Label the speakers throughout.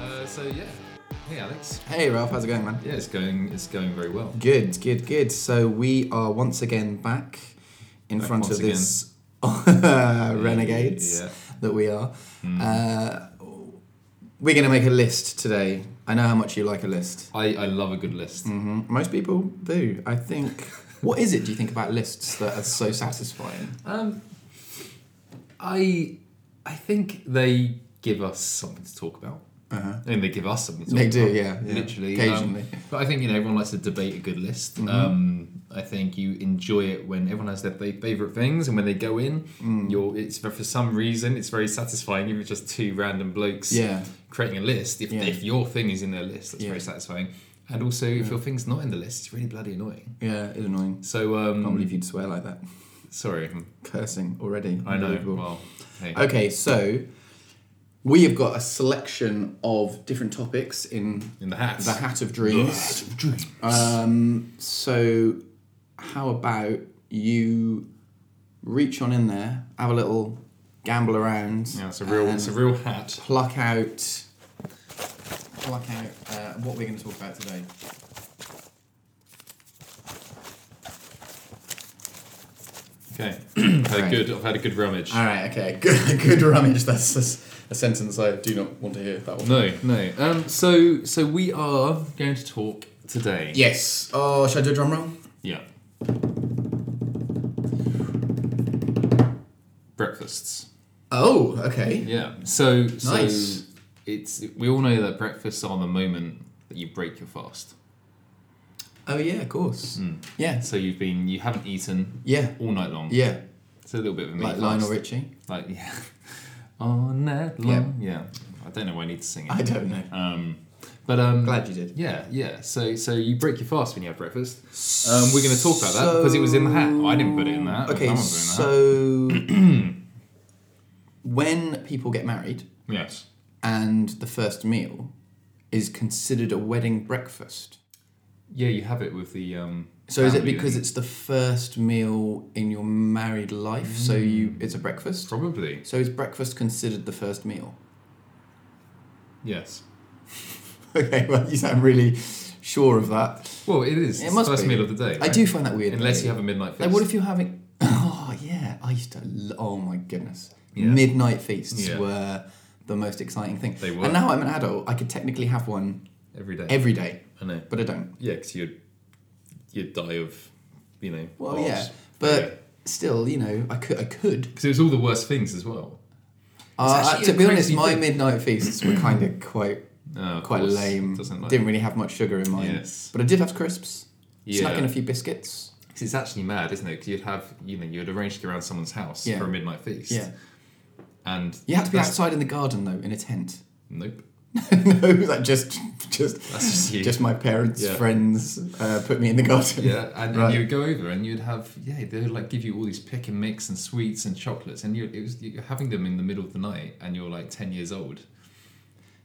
Speaker 1: Uh, so yeah. Hey Alex.
Speaker 2: Hey Ralph, how's it going, man?
Speaker 1: Yeah, it's going it's going very well.
Speaker 2: Good, good, good. So we are once again back in
Speaker 1: Back
Speaker 2: front
Speaker 1: once
Speaker 2: of this renegades
Speaker 1: Yeah.
Speaker 2: that we are. Uh, we're going to make a list today. I know how much you like a list.
Speaker 1: I, I love a good list.
Speaker 2: hmm Most people do. I think. what is it? Do you think about lists that are so satisfying?
Speaker 1: Um I I think they give us something to talk about.
Speaker 2: Uh-huh.
Speaker 1: I mean they give us something to talk
Speaker 2: They do,
Speaker 1: about.
Speaker 2: yeah, yeah.
Speaker 1: Literally. um,
Speaker 2: Occasionally. Mm-hmm.
Speaker 1: but I think you know everyone likes to debate a good list. Um, I think you enjoy it when everyone has their fa- favorite things, and when they go in,
Speaker 2: Mm.
Speaker 1: you're it's for for some reason it's very satisfying. Even if it's just two random blokes
Speaker 2: Yeah.
Speaker 1: creating a list. If,
Speaker 2: Yeah.
Speaker 1: if your thing is in their list, that's
Speaker 2: Yeah.
Speaker 1: very satisfying. And also, if your thing's not in the list, it's really bloody annoying.
Speaker 2: Yeah, it's annoying.
Speaker 1: So,
Speaker 2: I can't
Speaker 1: um,
Speaker 2: believe you'd swear like that.
Speaker 1: sorry,
Speaker 2: Cursing already.
Speaker 1: I know.
Speaker 2: Unbelievable.
Speaker 1: Well, hey.
Speaker 2: Okay, so we have got a selection of different topics in
Speaker 1: in the hat.
Speaker 2: the Hat of Dreams. Um, so, how about you reach on in there, have a little gamble around,
Speaker 1: Yeah, it's a real,
Speaker 2: and
Speaker 1: it's a real hat.
Speaker 2: pluck out, pluck out uh, what we're going to talk about today.
Speaker 1: Okay, I've had a
Speaker 2: Right.
Speaker 1: good. I've had a good rummage.
Speaker 2: All right, okay, good, good rummage. That's a, a sentence I do not want to hear. That one.
Speaker 1: No, no. Um, so, so we are going to talk today.
Speaker 2: Yes. Oh, should I do a drum roll?
Speaker 1: Yeah. Breakfasts.
Speaker 2: Oh, okay.
Speaker 1: Yeah. So, so
Speaker 2: Nice.
Speaker 1: it's we all know that breakfasts are the moment that you break your fast.
Speaker 2: Oh yeah, of course. Yes.
Speaker 1: So you've been you haven't eaten
Speaker 2: Yeah.
Speaker 1: all night long.
Speaker 2: Yeah.
Speaker 1: It's a little bit of a meat
Speaker 2: Like
Speaker 1: fast.
Speaker 2: Lionel Richie.
Speaker 1: Like yeah. all night long. Yeah. I don't know why I need to sing it.
Speaker 2: I don't know.
Speaker 1: Um, but um.
Speaker 2: Glad you did.
Speaker 1: yeah, yeah. So, so you break your fast when you have breakfast. Um, we're going to talk about that because it was in the hat. I didn't put it in that.
Speaker 2: Okay,
Speaker 1: Someone put it in the hat.
Speaker 2: so when people get married
Speaker 1: yes,
Speaker 2: and the first meal is considered a wedding breakfast.
Speaker 1: yeah, you have it with the. Um,
Speaker 2: So is it
Speaker 1: family,
Speaker 2: because
Speaker 1: don't you?
Speaker 2: it's the first meal in your married life? So you
Speaker 1: Mm.
Speaker 2: it's a breakfast.
Speaker 1: probably
Speaker 2: So is breakfast considered the first meal?
Speaker 1: yes?
Speaker 2: Okay, well you sound really sure of that.
Speaker 1: Well, it is.
Speaker 2: It
Speaker 1: It's
Speaker 2: must
Speaker 1: the first
Speaker 2: be.
Speaker 1: meal of the day.
Speaker 2: I
Speaker 1: right?
Speaker 2: do find that weird.
Speaker 1: Unless
Speaker 2: though.
Speaker 1: you have a midnight feast.
Speaker 2: Like, what if you're having? Oh yeah, I used to. lo- Oh my goodness,
Speaker 1: Yeah.
Speaker 2: midnight feasts
Speaker 1: Yeah.
Speaker 2: were the most exciting thing.
Speaker 1: They were.
Speaker 2: And now I'm an adult. I could technically have one
Speaker 1: Every day.
Speaker 2: every day,
Speaker 1: I know.
Speaker 2: but I don't.
Speaker 1: Yeah, because you'd you'd die of you know.
Speaker 2: Well, yeah, but still, you know, I could. I could.
Speaker 1: because it was all the worst things as well.
Speaker 2: Uh,
Speaker 1: actually
Speaker 2: to
Speaker 1: a
Speaker 2: be honest,
Speaker 1: crazy
Speaker 2: my
Speaker 1: thing.
Speaker 2: midnight feasts were kind of quite
Speaker 1: Uh, of
Speaker 2: quite
Speaker 1: course,
Speaker 2: lame.
Speaker 1: Doesn't like.
Speaker 2: Didn't really have much sugar in mine.
Speaker 1: Yes.
Speaker 2: But I did have crisps. Snuck in a
Speaker 1: yeah,
Speaker 2: few biscuits.
Speaker 1: 'Cause it's actually mad, isn't it? Because you'd have you know you'd arranged to go around someone's house
Speaker 2: Yeah.
Speaker 1: for a midnight feast.
Speaker 2: Yeah.
Speaker 1: and
Speaker 2: You had to be
Speaker 1: that's-
Speaker 2: outside in the garden though, in a tent.
Speaker 1: Nope,
Speaker 2: no, that just just
Speaker 1: that's just you.
Speaker 2: just my parents'
Speaker 1: Yeah.
Speaker 2: friends uh, put me in the garden.
Speaker 1: yeah, and,
Speaker 2: Right.
Speaker 1: and you'd go over and you'd have yeah they would like give you all these pick and mix and sweets and chocolates and you it was you're having them in the middle of the night and you're like ten years old.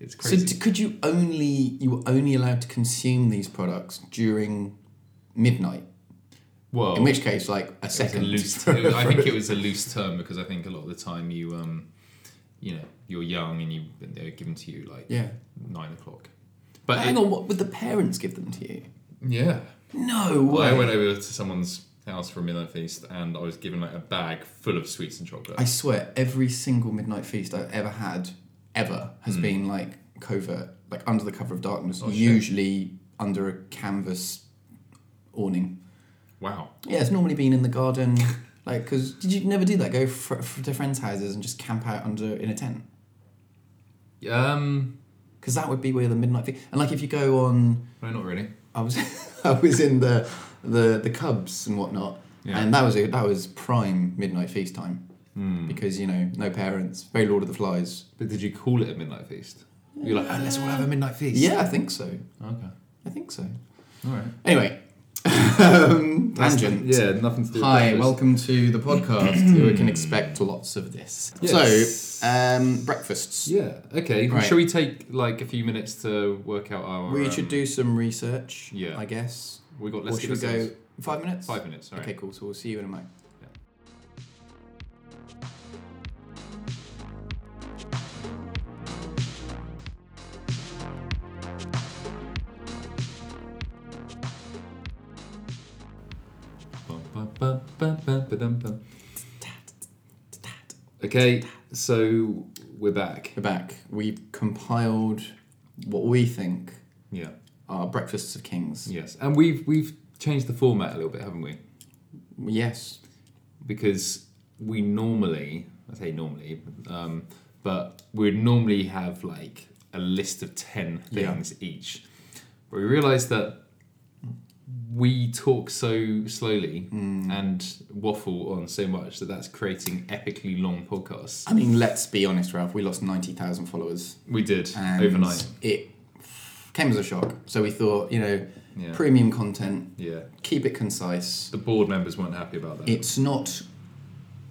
Speaker 1: It's
Speaker 2: So
Speaker 1: crazy.
Speaker 2: d- could you only you were only allowed to consume these products during midnight?
Speaker 1: well,
Speaker 2: In which case, like
Speaker 1: Oh. It
Speaker 2: a
Speaker 1: was a
Speaker 2: second.
Speaker 1: loose- it was- I think it was a loose term because I think a lot of the time you, um, you know, you're young and you they're given to you like
Speaker 2: yeah.
Speaker 1: nine o'clock. But
Speaker 2: Hang
Speaker 1: it-
Speaker 2: on, what would the parents give them to you?
Speaker 1: yeah,
Speaker 2: No
Speaker 1: well,
Speaker 2: way.
Speaker 1: I went over to someone's house for a midnight feast and I was given like a bag full of sweets and chocolate.
Speaker 2: I swear, every single midnight feast I've ever had, ever, has been like covert, like under the cover of darkness,
Speaker 1: Hmm. Oh, shit.
Speaker 2: usually under a canvas awning.
Speaker 1: wow.
Speaker 2: Yeah, it's normally been in the garden. Like, because did you never do that? Go fr- fr- to friends' houses and just camp out under in a tent?
Speaker 1: Um,
Speaker 2: Because that would be where the midnight thing. And like, if you go on,
Speaker 1: no, not really.
Speaker 2: I was I was in the the the Cubs and whatnot,
Speaker 1: Yeah.
Speaker 2: and that was a, that was prime midnight feast time
Speaker 1: Hmm.
Speaker 2: because you know no parents, very Lord of the Flies.
Speaker 1: But did you call it a midnight feast? You're like, oh, let's all have a midnight feast.
Speaker 2: Yeah, I think so.
Speaker 1: Okay.
Speaker 2: I think so.
Speaker 1: All right.
Speaker 2: Anyway, um,
Speaker 1: That's-
Speaker 2: tangent.
Speaker 1: Yeah, nothing to do. with
Speaker 2: Hi,
Speaker 1: breakfast.
Speaker 2: welcome to the podcast. we can expect lots of this.
Speaker 1: Yes.
Speaker 2: So, um, breakfasts.
Speaker 1: Yeah. Okay.
Speaker 2: Right.
Speaker 1: Shall we take like a few minutes to work out our?
Speaker 2: We
Speaker 1: um,
Speaker 2: should do some research,
Speaker 1: Yeah.
Speaker 2: I guess.
Speaker 1: We got. Let's
Speaker 2: or
Speaker 1: give
Speaker 2: should we go
Speaker 1: ourselves
Speaker 2: five minutes?
Speaker 1: five minutes. All right.
Speaker 2: Okay, cool. So we'll see you in a moment.
Speaker 1: Yeah. ba, ba, ba, ba, dum, bum. Okay, so we're back.
Speaker 2: We're back. We've compiled what we think
Speaker 1: Yeah.
Speaker 2: are breakfasts of kings.
Speaker 1: Yes, and we've we've changed the format a little bit, haven't we?
Speaker 2: Yes.
Speaker 1: Because we normally, I say normally, um, but we'd normally have like a list of ten
Speaker 2: Yeah.
Speaker 1: things each. But we realised that we talk so slowly
Speaker 2: Mm.
Speaker 1: and waffle on so much that that's creating epically long podcasts.
Speaker 2: I mean, let's be honest, Ralph. We lost 90,000 followers
Speaker 1: We did
Speaker 2: and
Speaker 1: overnight.
Speaker 2: It came as a shock. So we thought, you know,
Speaker 1: Yeah.
Speaker 2: premium content,
Speaker 1: yeah.
Speaker 2: keep it concise.
Speaker 1: The board members weren't happy about that.
Speaker 2: It's not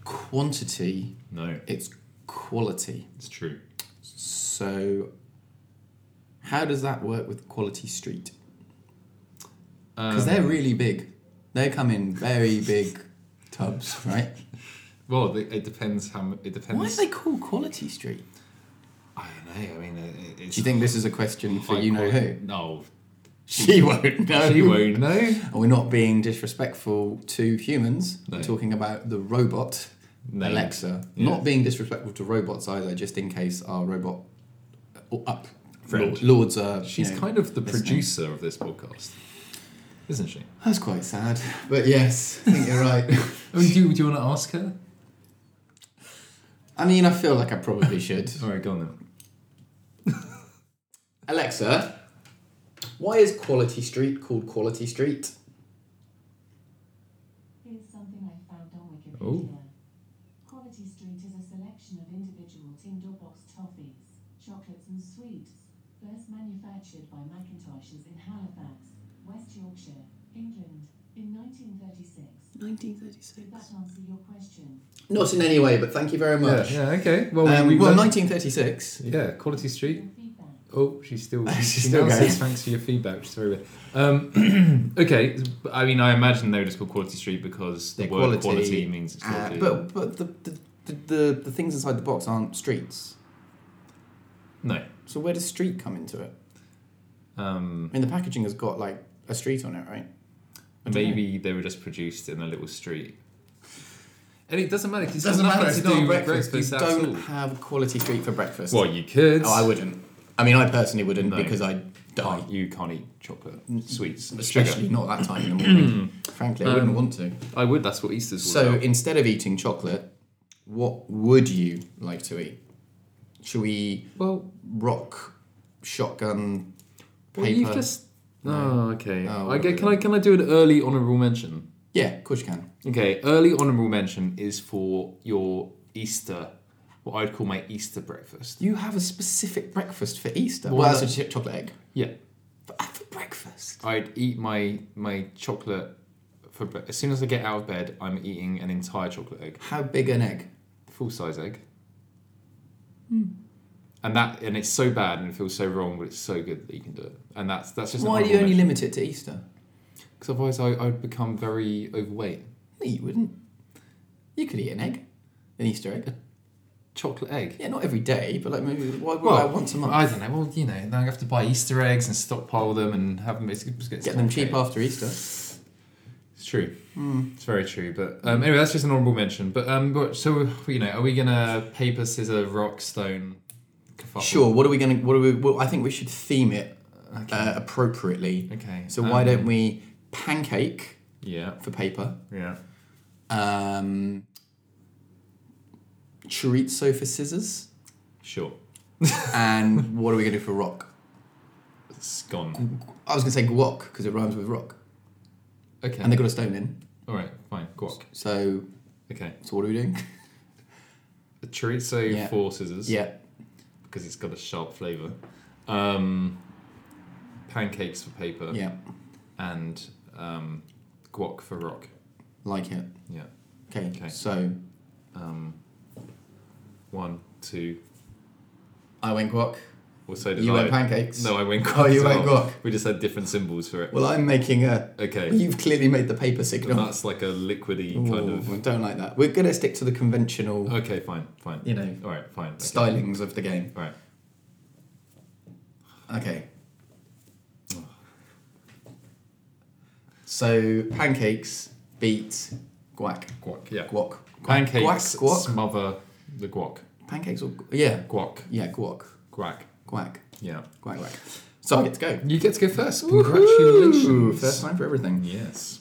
Speaker 2: quantity,
Speaker 1: no,
Speaker 2: it's quality.
Speaker 1: it's true.
Speaker 2: So, how does that work with Quality Street? Because
Speaker 1: Um,
Speaker 2: they're really big. They come in very big tubs, right?
Speaker 1: Well, th- it depends how. mu- It depends.
Speaker 2: Why are they called Quality Street?
Speaker 1: I don't know. I mean, it, it's.
Speaker 2: Do you think this is a question for
Speaker 1: high
Speaker 2: you know
Speaker 1: quality-
Speaker 2: who?
Speaker 1: No,
Speaker 2: She won't know.
Speaker 1: she won't know.
Speaker 2: And we're not being disrespectful to humans.
Speaker 1: No.
Speaker 2: We're talking about the robot
Speaker 1: No.
Speaker 2: Alexa.
Speaker 1: Yeah.
Speaker 2: Not being disrespectful to robots either, just in case our robot uh, up
Speaker 1: Friend.
Speaker 2: lord- lords are. you
Speaker 1: She's
Speaker 2: know,
Speaker 1: kind of the
Speaker 2: listening.
Speaker 1: producer of this podcast, isn't she?
Speaker 2: That's quite sad. But yes, I think you're right.
Speaker 1: I mean, do you, do you want to ask her?
Speaker 2: I mean, I feel like I probably should.
Speaker 1: All right, go on then.
Speaker 2: Alexa, why is Quality Street called Quality Street?
Speaker 3: Here's something I found on Wikipedia.
Speaker 1: Oh.
Speaker 3: Quality Street is a selection of individual tinned or boxed toffees, chocolates, and sweets, first manufactured by Macintoshes in Halifax, West Yorkshire, England, in 1936.
Speaker 2: 1936.
Speaker 3: Did that answer your question?
Speaker 2: Not in any way, but thank you very much.
Speaker 1: Yeah, yeah, okay. Well,
Speaker 2: Um,
Speaker 1: we,
Speaker 2: Well,
Speaker 1: we learned-
Speaker 2: 1936.
Speaker 1: Yeah, Quality Street.
Speaker 3: Your feedback.
Speaker 1: Oh, she's still.
Speaker 2: She's
Speaker 1: She
Speaker 2: still
Speaker 1: now
Speaker 2: going.
Speaker 1: says thanks for your feedback, which is very weird. Um, okay, I mean, I imagine they were just called Quality Street because the
Speaker 2: They're
Speaker 1: word
Speaker 2: quality,
Speaker 1: quality, means it's
Speaker 2: Uh,
Speaker 1: quality.
Speaker 2: but but the, the, the, the, the things inside the box aren't streets.
Speaker 1: no.
Speaker 2: So where does street come into it?
Speaker 1: Um,
Speaker 2: I mean, the packaging has got like a street on it, right? I don't know.
Speaker 1: Maybe they were just produced in a little street. And it doesn't matter. 'cause
Speaker 2: It
Speaker 1: it's
Speaker 2: doesn't
Speaker 1: got nothing
Speaker 2: matter. It's
Speaker 1: to do
Speaker 2: not
Speaker 1: with
Speaker 2: breakfast. You
Speaker 1: at
Speaker 2: don't
Speaker 1: all.
Speaker 2: have quality street for breakfast.
Speaker 1: Well, you could.
Speaker 2: oh, I wouldn't. I mean, I personally wouldn't
Speaker 1: No.
Speaker 2: because I'd die.
Speaker 1: Can't- you can't eat chocolate sweets,
Speaker 2: Especially
Speaker 1: sugar.
Speaker 2: not that time in the morning. Frankly, I wouldn't
Speaker 1: Um,
Speaker 2: want to.
Speaker 1: I would. That's what Easter's all
Speaker 2: So
Speaker 1: about.
Speaker 2: instead of eating chocolate, what would you like to eat? Should we
Speaker 1: Well,
Speaker 2: rock, shotgun, paper?
Speaker 1: well, you've just. Oh, okay. I
Speaker 2: Oh, what
Speaker 1: get,
Speaker 2: do
Speaker 1: can
Speaker 2: we
Speaker 1: I can I do an early honourable mention?
Speaker 2: Yeah, of course you can.
Speaker 1: Okay, early honourable mention is for your Easter, what I'd call my Easter breakfast.
Speaker 2: You have a specific breakfast for Easter. Well,
Speaker 1: Well,
Speaker 2: that's a ch- chocolate egg.
Speaker 1: Yeah,
Speaker 2: But uh, for breakfast?
Speaker 1: I'd eat my my chocolate for bre- as soon as I get out of bed. I'm eating an entire chocolate egg.
Speaker 2: How big an egg?
Speaker 1: full size egg.
Speaker 2: Hmm.
Speaker 1: And that and it's so bad and it feels so wrong, but it's so good that you can do it. And that's that's just
Speaker 2: Why do you only limit it to Easter?
Speaker 1: Because otherwise, I, I'd become very overweight.
Speaker 2: No, you wouldn't. You could eat an egg, an Easter egg.
Speaker 1: Chocolate egg.
Speaker 2: Yeah, not every day, but like maybe why, why
Speaker 1: Well,
Speaker 2: once a month.
Speaker 1: I don't know. Well, you know, now you have to buy Easter eggs and stockpile them and have them. It's, it's, it's
Speaker 2: Get them cheap
Speaker 1: complicated.
Speaker 2: after Easter.
Speaker 1: It's true.
Speaker 2: Hmm.
Speaker 1: It's very true. But um, anyway, that's just an honourable mention. But um, but- so you know, are we gonna paper, scissor, rock, stone? kerfuffle?
Speaker 2: Sure. What are we going to? What are we? Well, I think we should theme it uh, appropriately.
Speaker 1: Okay.
Speaker 2: So why
Speaker 1: um,
Speaker 2: don't we pancake
Speaker 1: Yeah.
Speaker 2: for paper?
Speaker 1: Yeah.
Speaker 2: Um, chorizo for scissors,
Speaker 1: Sure.
Speaker 2: and what are we going to do for rock?
Speaker 1: It's gone.
Speaker 2: I was going to say guac because it rhymes with rock,
Speaker 1: Okay.
Speaker 2: and they got a stone in.
Speaker 1: All right. Fine. Guac.
Speaker 2: So,
Speaker 1: Okay.
Speaker 2: so what are we doing?
Speaker 1: A chorizo
Speaker 2: Yeah.
Speaker 1: for scissors.
Speaker 2: yeah,
Speaker 1: Because it's got a sharp flavour. Um, pancakes for paper.
Speaker 2: yeah,
Speaker 1: And um, guac for rock.
Speaker 2: like it.
Speaker 1: Yeah.
Speaker 2: Okay.
Speaker 1: Okay.
Speaker 2: So
Speaker 1: Um, one, two.
Speaker 2: I went guac.
Speaker 1: Well, so did
Speaker 2: You
Speaker 1: I.
Speaker 2: went pancakes.
Speaker 1: no, I went guac.
Speaker 2: Oh, you
Speaker 1: as
Speaker 2: went
Speaker 1: well.
Speaker 2: guac.
Speaker 1: We just had different symbols for it.
Speaker 2: Well, I'm making a.
Speaker 1: Okay. Uh,
Speaker 2: You've clearly made the paper signal.
Speaker 1: That's like a liquidy kind
Speaker 2: Ooh, I
Speaker 1: of.
Speaker 2: don't like that. We're gonna stick to the conventional,
Speaker 1: Okay, fine, fine.
Speaker 2: you know,
Speaker 1: All right, fine. Okay.
Speaker 2: stylings of the game.
Speaker 1: All right.
Speaker 2: Okay. So pancakes beat Guac.
Speaker 1: Guac, yeah.
Speaker 2: Guac.
Speaker 1: Pancakes
Speaker 2: Guac. Guac.
Speaker 1: smother the guac.
Speaker 2: Pancakes or yeah.
Speaker 1: Guac.
Speaker 2: Yeah. Guac.
Speaker 1: Guac.
Speaker 2: Guac.
Speaker 1: Yeah.
Speaker 2: Quack, quack. So I get to go.
Speaker 1: You get to go first.
Speaker 2: Ooh,
Speaker 1: Congratulations.
Speaker 2: First time for everything.
Speaker 1: Yes.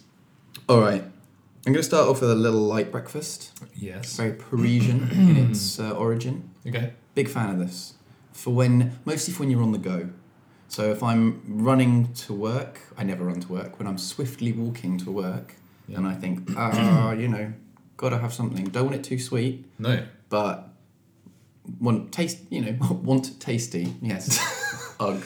Speaker 2: All right. I'm going to start off with a little light breakfast. It's
Speaker 1: Yes.
Speaker 2: very Parisian in its uh, origin.
Speaker 1: Okay.
Speaker 2: Big fan of this. For when, mostly for when you're on the go. So if I'm running to work, I never run to work. When I'm swiftly walking to work,
Speaker 1: Yeah.
Speaker 2: and I think, ah, you know, gotta have something. Don't want it too sweet.
Speaker 1: No.
Speaker 2: but want taste you know want tasty yes ugh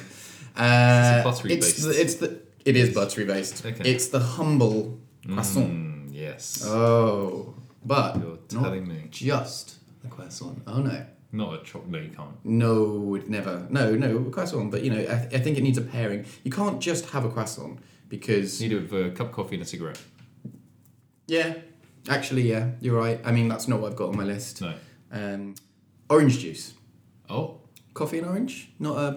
Speaker 2: uh,
Speaker 1: buttery
Speaker 2: it's
Speaker 1: based?
Speaker 2: the, it's the it is buttery based
Speaker 1: Okay.
Speaker 2: it's the humble croissant
Speaker 1: Mm, yes.
Speaker 2: oh but
Speaker 1: You're telling
Speaker 2: not
Speaker 1: me.
Speaker 2: just the croissant oh no
Speaker 1: Not a chocolate. No, you can't.
Speaker 2: no it never no no croissant but you know I, I think it needs a pairing you can't just have a croissant because
Speaker 1: Need it with a cup of coffee and a cigarette.
Speaker 2: yeah actually yeah you're right I mean that's not what I've got on my list
Speaker 1: No.
Speaker 2: um, orange juice
Speaker 1: Oh,
Speaker 2: coffee and orange. Not a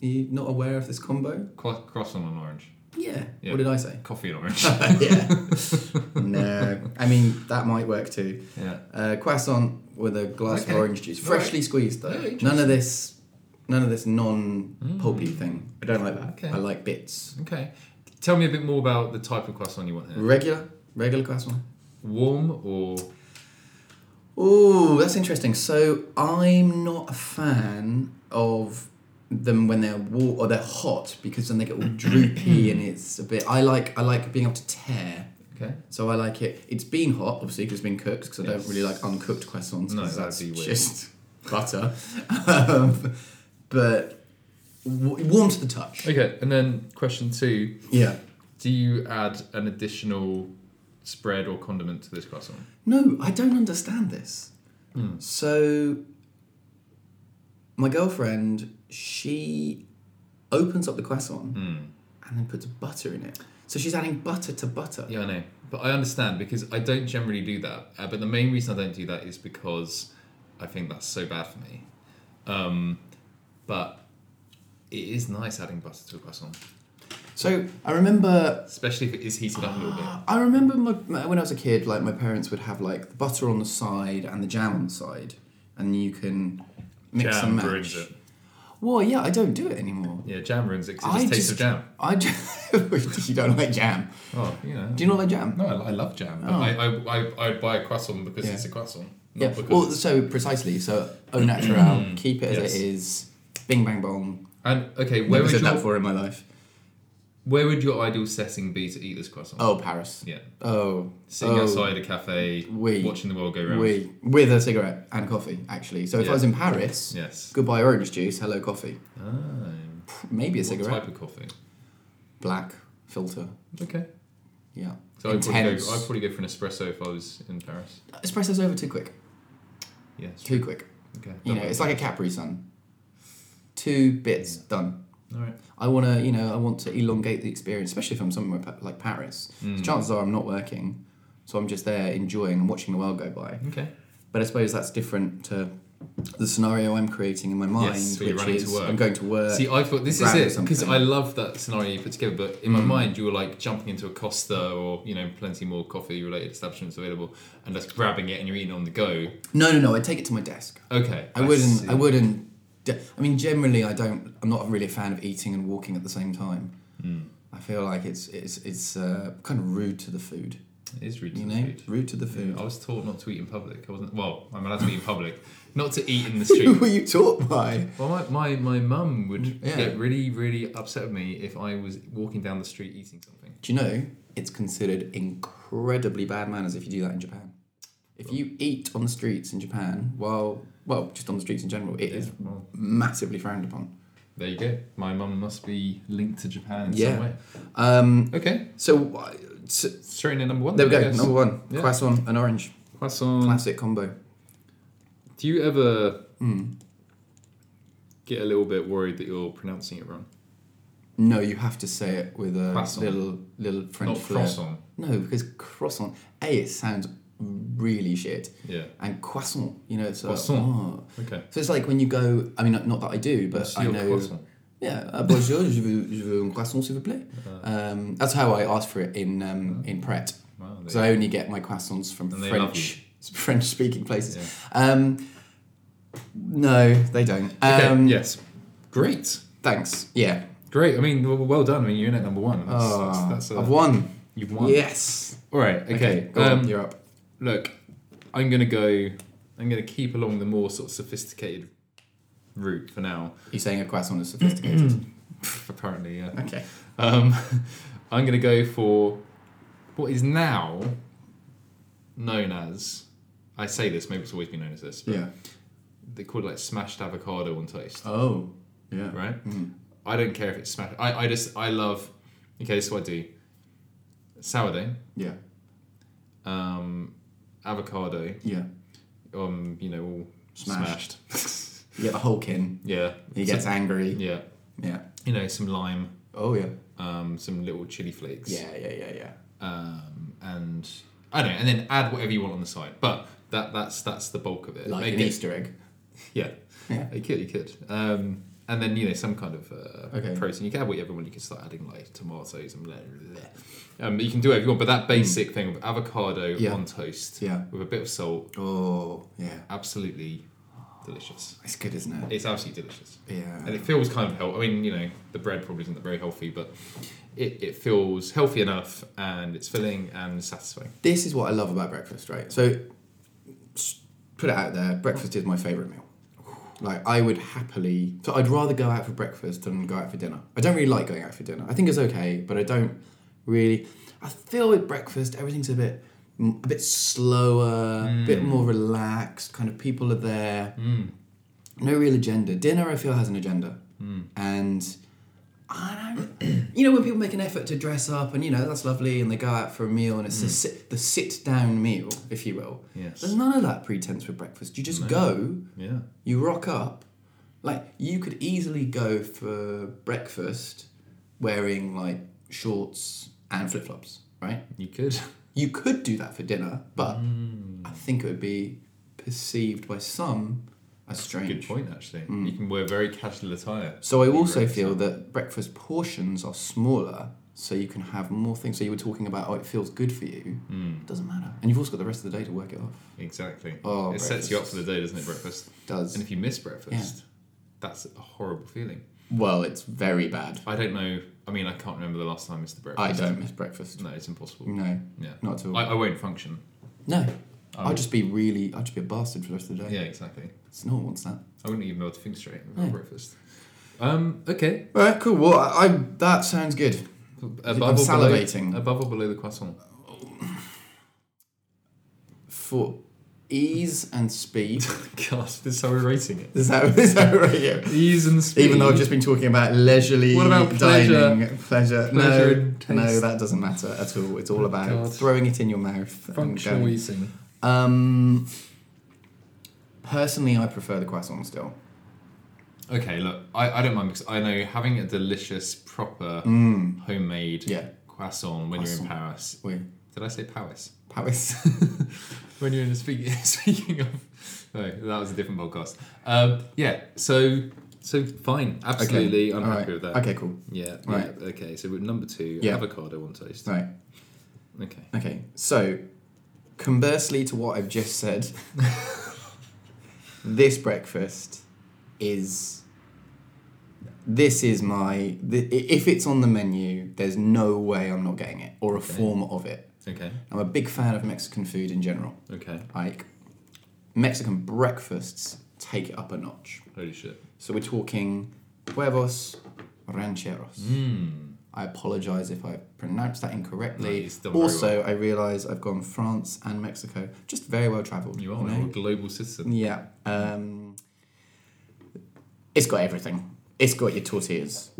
Speaker 2: you not aware of this combo?
Speaker 1: cro- croissant and orange.
Speaker 2: Yeah.
Speaker 1: Yeah.
Speaker 2: What did I say?
Speaker 1: Coffee and orange.
Speaker 2: yeah. no, I mean that might work too.
Speaker 1: yeah.
Speaker 2: Uh, croissant with a glass
Speaker 1: Okay.
Speaker 2: of orange juice,
Speaker 1: All
Speaker 2: freshly
Speaker 1: right.
Speaker 2: squeezed
Speaker 1: Yeah,
Speaker 2: though.
Speaker 1: interesting. Mm.
Speaker 2: none of this, none of this non-pulpy thing. I don't like that.
Speaker 1: Okay.
Speaker 2: I like bits.
Speaker 1: Okay. Tell me a bit more about the type of croissant you want here.
Speaker 2: Regular, regular croissant.
Speaker 1: Warm or
Speaker 2: Oh, that's interesting. So I'm not a fan of them when they're warm or they're hot because then they get all droopy and it's a bit. I like I like being able to tear.
Speaker 1: okay?
Speaker 2: So I like it. It's been hot, obviously, because it's been cooked. Because I
Speaker 1: Yes.
Speaker 2: don't really like uncooked croissants.
Speaker 1: No,
Speaker 2: 'cause
Speaker 1: that'd
Speaker 2: that's
Speaker 1: be weird.
Speaker 2: just butter. um, but w- warm to the touch.
Speaker 1: Okay. And then question two:
Speaker 2: Yeah.
Speaker 1: Do you add an additional spread or condiment to this croissant?
Speaker 2: No, I don't understand this.
Speaker 1: Hmm.
Speaker 2: So, my girlfriend, she opens up the croissant
Speaker 1: Hmm.
Speaker 2: and then puts butter in it. So she's adding butter to butter.
Speaker 1: Yeah, I know, but I understand because I don't generally do that. Uh, but the main reason I don't do that is because I think that's so bad for me. Um, but it is nice adding butter to a croissant,
Speaker 2: So I remember,
Speaker 1: especially if it is heated up a little bit.
Speaker 2: I remember my, my- when I was a kid, like my parents would have like the butter on the side and the jam on the side, and you can mix
Speaker 1: jam
Speaker 2: and match.
Speaker 1: ruins it.
Speaker 2: Well, yeah, I don't do it anymore.
Speaker 1: Yeah, jam ruins it 'cause it just tastes of jam.
Speaker 2: I just, you don't like jam.
Speaker 1: Oh, you know.
Speaker 2: Do you not like jam?
Speaker 1: No, I, I love jam. But
Speaker 2: Oh.
Speaker 1: I, I, I, I buy a croissant because
Speaker 2: Yeah.
Speaker 1: it's a croissant. Not
Speaker 2: Yeah.
Speaker 1: because Mm.
Speaker 2: Well, so precisely. So au natural, keep it as
Speaker 1: Yes.
Speaker 2: it is. Bing bang bong.
Speaker 1: and okay, where
Speaker 2: Never
Speaker 1: would
Speaker 2: said
Speaker 1: your
Speaker 2: that for in my life.
Speaker 1: where would your ideal setting be to eat this croissant?
Speaker 2: Oh, Paris.
Speaker 1: Yeah,
Speaker 2: Oh.
Speaker 1: sitting
Speaker 2: oh,
Speaker 1: outside a cafe,
Speaker 2: Oui.
Speaker 1: watching the world go round.
Speaker 2: We with a cigarette and coffee actually. So if
Speaker 1: Yeah.
Speaker 2: I was in Paris,
Speaker 1: Yes.
Speaker 2: goodbye orange juice, hello coffee,
Speaker 1: Ah.
Speaker 2: maybe a
Speaker 1: What
Speaker 2: cigarette,
Speaker 1: type of coffee?
Speaker 2: black filter.
Speaker 1: Okay.
Speaker 2: Yeah.
Speaker 1: So I'd probably,
Speaker 2: Intense.
Speaker 1: go, I'd probably go for an espresso if I was in Paris.
Speaker 2: Espresso's over too quick.
Speaker 1: Yes.
Speaker 2: Too quick.
Speaker 1: Okay.
Speaker 2: You know, it's like a Capri Sun. Two bits done.
Speaker 1: All right.
Speaker 2: I want to, you know, I want to elongate the experience, especially if I'm somewhere pa- like Paris.
Speaker 1: Hmm. Mm.
Speaker 2: So chances are I'm not working, so I'm just there enjoying and watching the world go by.
Speaker 1: Okay.
Speaker 2: But I suppose that's different to the scenario I'm creating in my mind,
Speaker 1: Yes, so you're
Speaker 2: which
Speaker 1: running to
Speaker 2: is
Speaker 1: work.
Speaker 2: I'm going to work.
Speaker 1: See, I thought this is
Speaker 2: grab
Speaker 1: it because
Speaker 2: something. Mm.
Speaker 1: I love that scenario you put together. But in my mind, you were like jumping into a Costa or you know plenty more coffee-related establishments available, and just grabbing it and you're eating on the go.
Speaker 2: no, no, no. I take it to my desk.
Speaker 1: Okay.
Speaker 2: I, wouldn't.
Speaker 1: see.
Speaker 2: I wouldn't. de- I mean, generally, I don't. I'm not really a fan of eating and walking at the same time.
Speaker 1: Hmm.
Speaker 2: I feel like it's it's it's uh, kind of rude to the food.
Speaker 1: It is rude to
Speaker 2: You
Speaker 1: the
Speaker 2: know,
Speaker 1: food.
Speaker 2: rude to the food.
Speaker 1: I was taught not to eat in public. I wasn't. Well, I'm allowed to eat in public, not to eat in the street.
Speaker 2: Who were you taught by?
Speaker 1: Well, my my my mum would
Speaker 2: Yeah.
Speaker 1: get really really upset with me if I was walking down the street eating something.
Speaker 2: Do you know it's considered incredibly bad manners if you do that in Japan? If you eat on the streets in Japan, well, well, just on the streets in general, it is
Speaker 1: well.
Speaker 2: massively frowned upon.
Speaker 1: There you go. My mum must be linked to Japan in
Speaker 2: Yeah.
Speaker 1: some way.
Speaker 2: Um,
Speaker 1: Okay,
Speaker 2: so, uh, so
Speaker 1: straight into number one.
Speaker 2: there we
Speaker 1: then, I
Speaker 2: go.
Speaker 1: guess.
Speaker 2: Number one,
Speaker 1: Yeah.
Speaker 2: croissant and orange,
Speaker 1: Croissant.
Speaker 2: classic combo.
Speaker 1: Do you ever
Speaker 2: Hmm.
Speaker 1: get a little bit worried that you're pronouncing it wrong?
Speaker 2: No, you have to say it with a
Speaker 1: Croissant.
Speaker 2: little little French
Speaker 1: Not
Speaker 2: flair.
Speaker 1: croissant.
Speaker 2: No, because croissant. A, it sounds really shit,
Speaker 1: Yeah.
Speaker 2: and croissant. You know, it's a,
Speaker 1: Croissant.
Speaker 2: oh.
Speaker 1: Okay.
Speaker 2: So it's like when you go. I mean, not, not that I do, but I
Speaker 1: Your
Speaker 2: know.
Speaker 1: croissant.
Speaker 2: Yeah, uh, bonjour,
Speaker 1: Uh-huh.
Speaker 2: je veux, je veux un croissant, s'il vous plaît. Um, that's how I asked for it in um, in Pret.
Speaker 1: Wow. They-
Speaker 2: because I only get my croissants from
Speaker 1: Uh-huh. And they love
Speaker 2: French French speaking places.
Speaker 1: Yeah.
Speaker 2: Um, no, they don't.
Speaker 1: Okay,
Speaker 2: Um,
Speaker 1: yes. Great.
Speaker 2: Thanks. Yeah.
Speaker 1: Great. I mean, well, well done. I mean, you're in at number one. That's,
Speaker 2: Oh,
Speaker 1: that's, that's a,
Speaker 2: I've won.
Speaker 1: You've won.
Speaker 2: Yes.
Speaker 1: All right. Okay.
Speaker 2: go
Speaker 1: um,
Speaker 2: on. You're up.
Speaker 1: Look, I'm gonna go. I'm gonna keep along the more sort of sophisticated route for now.
Speaker 2: You're saying a croissant is sophisticated.
Speaker 1: Apparently, yeah.
Speaker 2: okay.
Speaker 1: Um, I'm gonna go for what is now known as. I say this, maybe it's always been known as this. But
Speaker 2: Yeah.
Speaker 1: They call it like smashed avocado on toast,
Speaker 2: Oh. Yeah.
Speaker 1: right? I don't care if it's smashed. I, I just I love. Okay, so I do sourdough,
Speaker 2: Yeah.
Speaker 1: um, avocado,
Speaker 2: Yeah.
Speaker 1: um, you know, all
Speaker 2: Smashed.
Speaker 1: smashed.
Speaker 2: You get the whole kin.
Speaker 1: yeah.
Speaker 2: He
Speaker 1: So-
Speaker 2: gets angry.
Speaker 1: Yeah.
Speaker 2: Yeah.
Speaker 1: You know, some lime,
Speaker 2: Oh yeah.
Speaker 1: um, some little chili flakes.
Speaker 2: Yeah. Yeah. Yeah. Yeah.
Speaker 1: Um, and I don't know, and then add whatever you want on the side. But that that's that's the bulk of it.
Speaker 2: Like
Speaker 1: Make
Speaker 2: an
Speaker 1: it-
Speaker 2: Easter egg.
Speaker 1: Yeah.
Speaker 2: Yeah.
Speaker 1: You could, you could. Um, and then you know some kind of uh,
Speaker 2: Okay.
Speaker 1: protein. You can have whatever one. You can start adding like tomatoes and blah, blah, blah. Um, you can do whatever you want. But that basic thing of avocado
Speaker 2: Hmm. Yeah.
Speaker 1: on toast
Speaker 2: Yeah.
Speaker 1: with a bit of salt,
Speaker 2: Oh yeah.
Speaker 1: absolutely delicious.
Speaker 2: It's good, isn't it?
Speaker 1: It's absolutely delicious. And
Speaker 2: Yeah.
Speaker 1: it feels kind of healthy. I mean, you know, the bread probably isn't very healthy, but it, it feels healthy enough and it's filling and satisfying.
Speaker 2: This is what I love about breakfast, right? So, s- put it out there. Breakfast is my favorite meal. Like I would happily. So I'd rather go out for breakfast than go out for dinner. I don't really like going out for dinner. I think it's okay, but I don't really. I feel with breakfast, everything's a bit, m- a bit slower, a bit more relaxed. Kind of people are there. no real agenda. Dinner, I feel, has an agenda, and I don't. You know, when people make an effort to dress up, and you know that's lovely, and they go out for a meal, and it's the sit, the sit down meal, if you will.
Speaker 1: Yes.
Speaker 2: There's none of that pretense with breakfast. You just go,
Speaker 1: Yeah.
Speaker 2: you rock up. Like you could easily go for breakfast wearing like shorts and flip flops, right?
Speaker 1: You could.
Speaker 2: You could do that for dinner, but I think it would be perceived by some as strange. Hmm.
Speaker 1: Good point, actually. You can wear very casual attire.
Speaker 2: So I
Speaker 1: Be
Speaker 2: also
Speaker 1: great,
Speaker 2: feel that breakfast portions are smaller, so you can have more things. So you were talking about, oh, it feels good for you. It doesn't matter, and you've also got the rest of the day to work it off.
Speaker 1: Exactly.
Speaker 2: Oh,
Speaker 1: it sets you up
Speaker 2: breakfast.
Speaker 1: for the day, doesn't it, breakfast?
Speaker 2: It does
Speaker 1: And if you miss breakfast, that's a horrible feeling.
Speaker 2: well, it's very bad.
Speaker 1: I don't know. I mean, I can't remember the last time I missed the breakfast.
Speaker 2: I don't Hmm. miss breakfast.
Speaker 1: No, it's impossible.
Speaker 2: No,
Speaker 1: Yeah.
Speaker 2: not at all.
Speaker 1: I, I won't function.
Speaker 2: no,
Speaker 1: I
Speaker 2: I'll
Speaker 1: would-
Speaker 2: just be really, I'll just be a bastard for the rest of the day.
Speaker 1: Yeah, exactly.
Speaker 2: It's No one wants that.
Speaker 1: I wouldn't even be able to think straight without
Speaker 2: No.
Speaker 1: breakfast. Um, okay.
Speaker 2: All right, cool. Well, I, I that sounds good.
Speaker 1: Above
Speaker 2: I'm
Speaker 1: or below-
Speaker 2: salivating.
Speaker 1: above or below the croissant?
Speaker 2: For ease and speed,
Speaker 1: God, this is how we're rating it.
Speaker 2: is that is that right? Yeah.
Speaker 1: Ease and speed.
Speaker 2: Even though I've just been talking about leisurely
Speaker 1: What about
Speaker 2: dining, pleasure,
Speaker 1: Pleasure
Speaker 2: no,
Speaker 1: and taste.
Speaker 2: no, that doesn't matter at all. It's all about
Speaker 1: God.
Speaker 2: throwing it in your mouth. and
Speaker 1: functional
Speaker 2: going.
Speaker 1: eating.
Speaker 2: Um, personally, I prefer the croissant still.
Speaker 1: Okay, look, I, I don't mind because I know having a delicious, proper, homemade
Speaker 2: Mm. Yeah,
Speaker 1: croissant when you're in
Speaker 2: Croissant.
Speaker 1: Paris.
Speaker 2: wait,
Speaker 1: Did I say Paris?
Speaker 2: Paris.
Speaker 1: When you're in speaking speaking of, no, that was a different podcast. Um, yeah, so so fine, absolutely, I'm
Speaker 2: All
Speaker 1: happy with
Speaker 2: right.
Speaker 1: that.
Speaker 2: Okay, cool.
Speaker 1: Yeah,
Speaker 2: Right.
Speaker 1: yeah, Okay, so we're number two,
Speaker 2: Yeah.
Speaker 1: avocado on toast.
Speaker 2: Right.
Speaker 1: Okay.
Speaker 2: Okay. So, conversely to what I've just said, this breakfast is. This is my. thi- i if it's on the menu, there's no way I'm not getting it or a form of it.
Speaker 1: Okay.
Speaker 2: I'm a big fan of Mexican food in general.
Speaker 1: Okay.
Speaker 2: Like, Mexican breakfasts take it up a notch.
Speaker 1: Holy shit.
Speaker 2: So we're talking huevos rancheros.
Speaker 1: Hmm,
Speaker 2: I apologize if I pronounced that
Speaker 1: No,
Speaker 2: incorrectly.
Speaker 1: it's done very
Speaker 2: also, I realize I've gone France and Mexico, just very well traveled.
Speaker 1: You are now a global citizen.
Speaker 2: Yeah. Um, it's got everything. It's got your tortillas.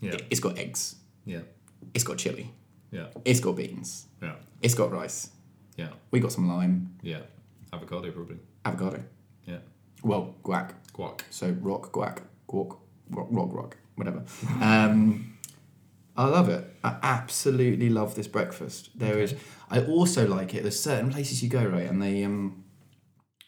Speaker 1: Yeah.
Speaker 2: It's got eggs.
Speaker 1: Yeah.
Speaker 2: It's got chili.
Speaker 1: Yeah.
Speaker 2: It's got beans.
Speaker 1: Yeah.
Speaker 2: It's got rice.
Speaker 1: Yeah.
Speaker 2: We got some lime,
Speaker 1: Yeah. Avocado probably.
Speaker 2: avocado.
Speaker 1: Yeah.
Speaker 2: Well, guac.
Speaker 1: Guac.
Speaker 2: So rock, guac, guac, rock, rock, rock, whatever. Um, I love it. I absolutely love this breakfast. There is. I also like it. There's certain places you go right, and they um,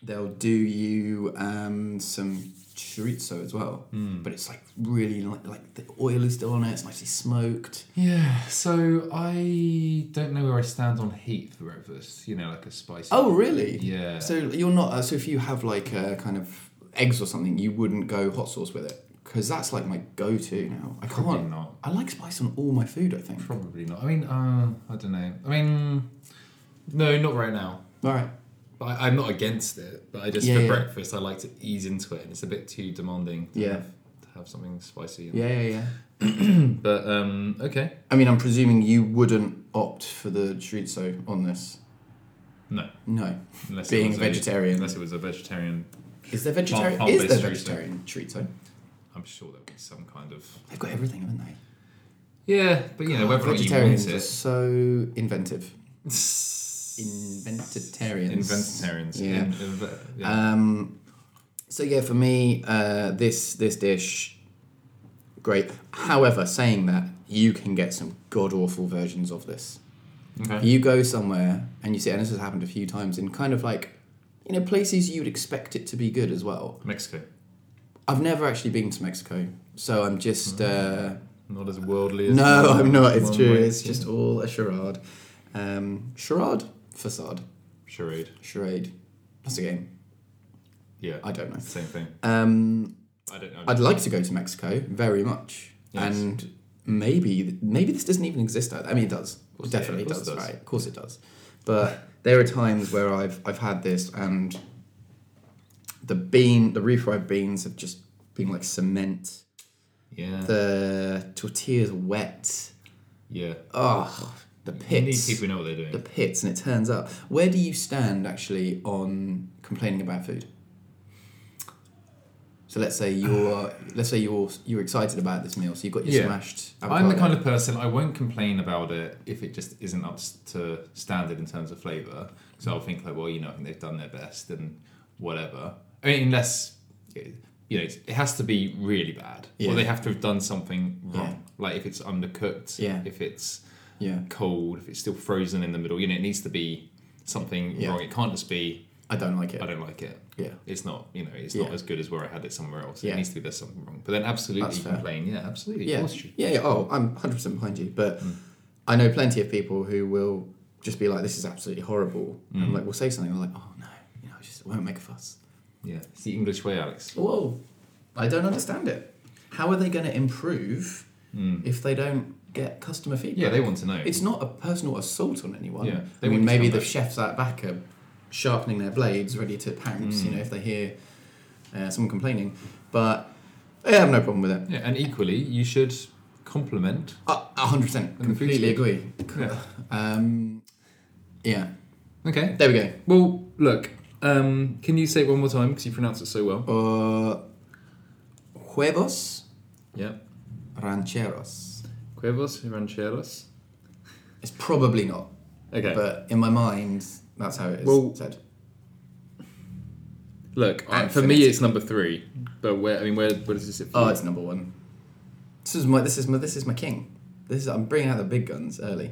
Speaker 2: they'll do you um some chorizo as well,
Speaker 1: Mm.
Speaker 2: but it's like really like, like the oil is still on it. It's nicely smoked.
Speaker 1: Yeah, so I don't know where I stand on heat for breakfast. You know, like a spicy.
Speaker 2: Oh, really?
Speaker 1: Yeah.
Speaker 2: So you're not. Uh, so if you have like a kind of eggs or something, you wouldn't go hot sauce with it because that's like my go-to now. I can't.
Speaker 1: probably not.
Speaker 2: I like spice on all my food. I think.
Speaker 1: Probably not. I mean, uh, I don't know. I mean, no, not right now.
Speaker 2: All right.
Speaker 1: But I, I'm not against it. But I just
Speaker 2: Yeah,
Speaker 1: for
Speaker 2: yeah.
Speaker 1: breakfast, I like to ease into it, and it's a bit too demanding. To
Speaker 2: Yeah.
Speaker 1: Have, to have something spicy.
Speaker 2: Yeah, yeah, yeah.
Speaker 1: But um, okay.
Speaker 2: I mean, I'm presuming you wouldn't opt for the chorizo on this.
Speaker 1: No,
Speaker 2: No.
Speaker 1: unless it
Speaker 2: Being a
Speaker 1: was
Speaker 2: vegetarian.
Speaker 1: unless it was a vegetarian,
Speaker 2: Is there vegetarian?
Speaker 1: Plant-
Speaker 2: Is there
Speaker 1: plant-based
Speaker 2: vegetarian chorizo?
Speaker 1: I'm sure there'll be some kind of.
Speaker 2: They've got everything, haven't they?
Speaker 1: Yeah, but you know whether or not you want
Speaker 2: Vegetarians are
Speaker 1: it.
Speaker 2: so inventive. Inventitarians.
Speaker 1: Inventarians. Inventarians.
Speaker 2: Yeah.
Speaker 1: In- inve- yeah.
Speaker 2: Um, so yeah, for me, uh, this this dish, great. However, saying that, you can get some god awful versions of this.
Speaker 1: okay.
Speaker 2: You go somewhere and you see, and this has happened a few times in kind of like, you know, places you'd expect it to be good as well.
Speaker 1: Mexico.
Speaker 2: I've never actually been to Mexico, so I'm just. Uh,
Speaker 1: Not as worldly as.
Speaker 2: No, I'm not. It's
Speaker 1: Mm. one
Speaker 2: true.
Speaker 1: way-
Speaker 2: It's just all a charade. Um, charade? Facade.
Speaker 1: charade.
Speaker 2: Charade. That's a game.
Speaker 1: Yeah.
Speaker 2: I don't know.
Speaker 1: Same thing.
Speaker 2: Um,
Speaker 1: I don't know.
Speaker 2: I'd like to go to Mexico very much.
Speaker 1: Yes.
Speaker 2: And maybe maybe this doesn't even exist. out there. I mean, it does.
Speaker 1: course it-
Speaker 2: Definitely
Speaker 1: of course
Speaker 2: does,
Speaker 1: it does.
Speaker 2: right? Of course it does. But there are times where I've I've had this and the bean, the refried beans have just been like cement.
Speaker 1: yeah.
Speaker 2: The tortilla's wet.
Speaker 1: yeah.
Speaker 2: Oh, the
Speaker 1: You need
Speaker 2: pits.
Speaker 1: people who know what they're doing.
Speaker 2: the pits and it turns up. Where do you stand actually on complaining about food? So let's say you're let's say you're you're excited about this meal, so you've got your
Speaker 1: Yeah.
Speaker 2: smashed.
Speaker 1: I'm the kind of person I won't complain about it if it just isn't up s- to standard in terms of flavour. So I'll think like, well, you know, I think they've done their best and whatever. I mean, unless you know, it has to be really bad,
Speaker 2: Yeah.
Speaker 1: or they have to have done something wrong.
Speaker 2: Yeah.
Speaker 1: Like if it's undercooked,
Speaker 2: Yeah.
Speaker 1: if it's
Speaker 2: yeah.
Speaker 1: cold, if it's still frozen in the middle, you know, it needs to be something
Speaker 2: Yeah.
Speaker 1: wrong. It can't just be
Speaker 2: I don't like it.
Speaker 1: I don't like it.
Speaker 2: Yeah,
Speaker 1: It's not, you know, it's
Speaker 2: Yeah.
Speaker 1: not as good as where I had it somewhere else.
Speaker 2: Yeah.
Speaker 1: It needs to be there's something wrong. But then absolutely
Speaker 2: That's fair.
Speaker 1: complain. Yeah, absolutely. Of
Speaker 2: yeah,
Speaker 1: course you-
Speaker 2: yeah, yeah. Oh, I'm hundred percent behind you, but
Speaker 1: Hmm.
Speaker 2: I know plenty of people who will just be like, "This is absolutely horrible,"
Speaker 1: Hmm.
Speaker 2: and like we'll say something, they're like, "Oh no, you know, I just I won't make a fuss."
Speaker 1: Yeah, it's the English way, Alex.
Speaker 2: Whoa, I don't understand it. How are they going to improve if they don't get customer feedback?
Speaker 1: Hmm. Yeah, they want to know.
Speaker 2: It's not a personal assault on anyone.
Speaker 1: Yeah, they
Speaker 2: I mean,
Speaker 1: want to
Speaker 2: maybe
Speaker 1: come
Speaker 2: the
Speaker 1: back.
Speaker 2: chefs out back are sharpening their blades, ready to pounce.
Speaker 1: Hmm.
Speaker 2: You know, if they hear uh, someone complaining, but I have no problem with it.
Speaker 1: yeah, and equally, you should compliment.
Speaker 2: A a hundred percent,
Speaker 1: the
Speaker 2: completely
Speaker 1: food's
Speaker 2: agree.
Speaker 1: Yeah.
Speaker 2: Um, yeah,
Speaker 1: Okay.
Speaker 2: there we go.
Speaker 1: Well, look. Um, can you say it one more time because you pronounce it so well?
Speaker 2: Uh, huevos
Speaker 1: Yeah.
Speaker 2: rancheros.
Speaker 1: Cuevos y rancheros.
Speaker 2: It's probably not.
Speaker 1: Okay.
Speaker 2: But in my mind, that's how it is
Speaker 1: Well,
Speaker 2: said.
Speaker 1: look,
Speaker 2: I'm
Speaker 1: uh, for me,
Speaker 2: finished.
Speaker 1: it's number three. But where? I mean, where? What is this? sit for
Speaker 2: Oh,
Speaker 1: you?
Speaker 2: it's number one. This is my. This is my. This is my king. This is. I'm bringing out the big guns early.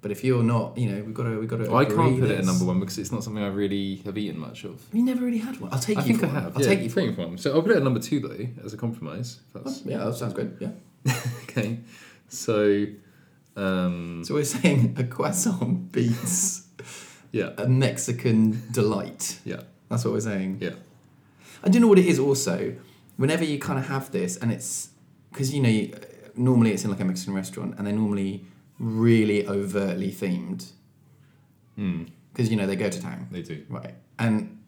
Speaker 2: But if you're not, you know, we've got to. We've got to.
Speaker 1: Well, I can't put it at number one because it's not something I really have eaten much of.
Speaker 2: You never really had one. I'll take
Speaker 1: I
Speaker 2: you.
Speaker 1: think
Speaker 2: for
Speaker 1: I
Speaker 2: one.
Speaker 1: have.
Speaker 2: I'll
Speaker 1: yeah,
Speaker 2: take you for.
Speaker 1: thank for one. So I'll put it at number two though, as a compromise. if
Speaker 2: one.
Speaker 1: that's
Speaker 2: Yeah, that sounds good. Yeah.
Speaker 1: okay. So, um,
Speaker 2: So we're saying a croissant beats
Speaker 1: yeah,
Speaker 2: a Mexican delight.
Speaker 1: yeah,
Speaker 2: That's what we're saying.
Speaker 1: yeah.
Speaker 2: I do know what it is also. Whenever you kind of have this, and it's because you know, you, normally it's in like a Mexican restaurant, and they're normally really overtly themed
Speaker 1: Hmm.
Speaker 2: because you know they go to town,
Speaker 1: they do.
Speaker 2: right? And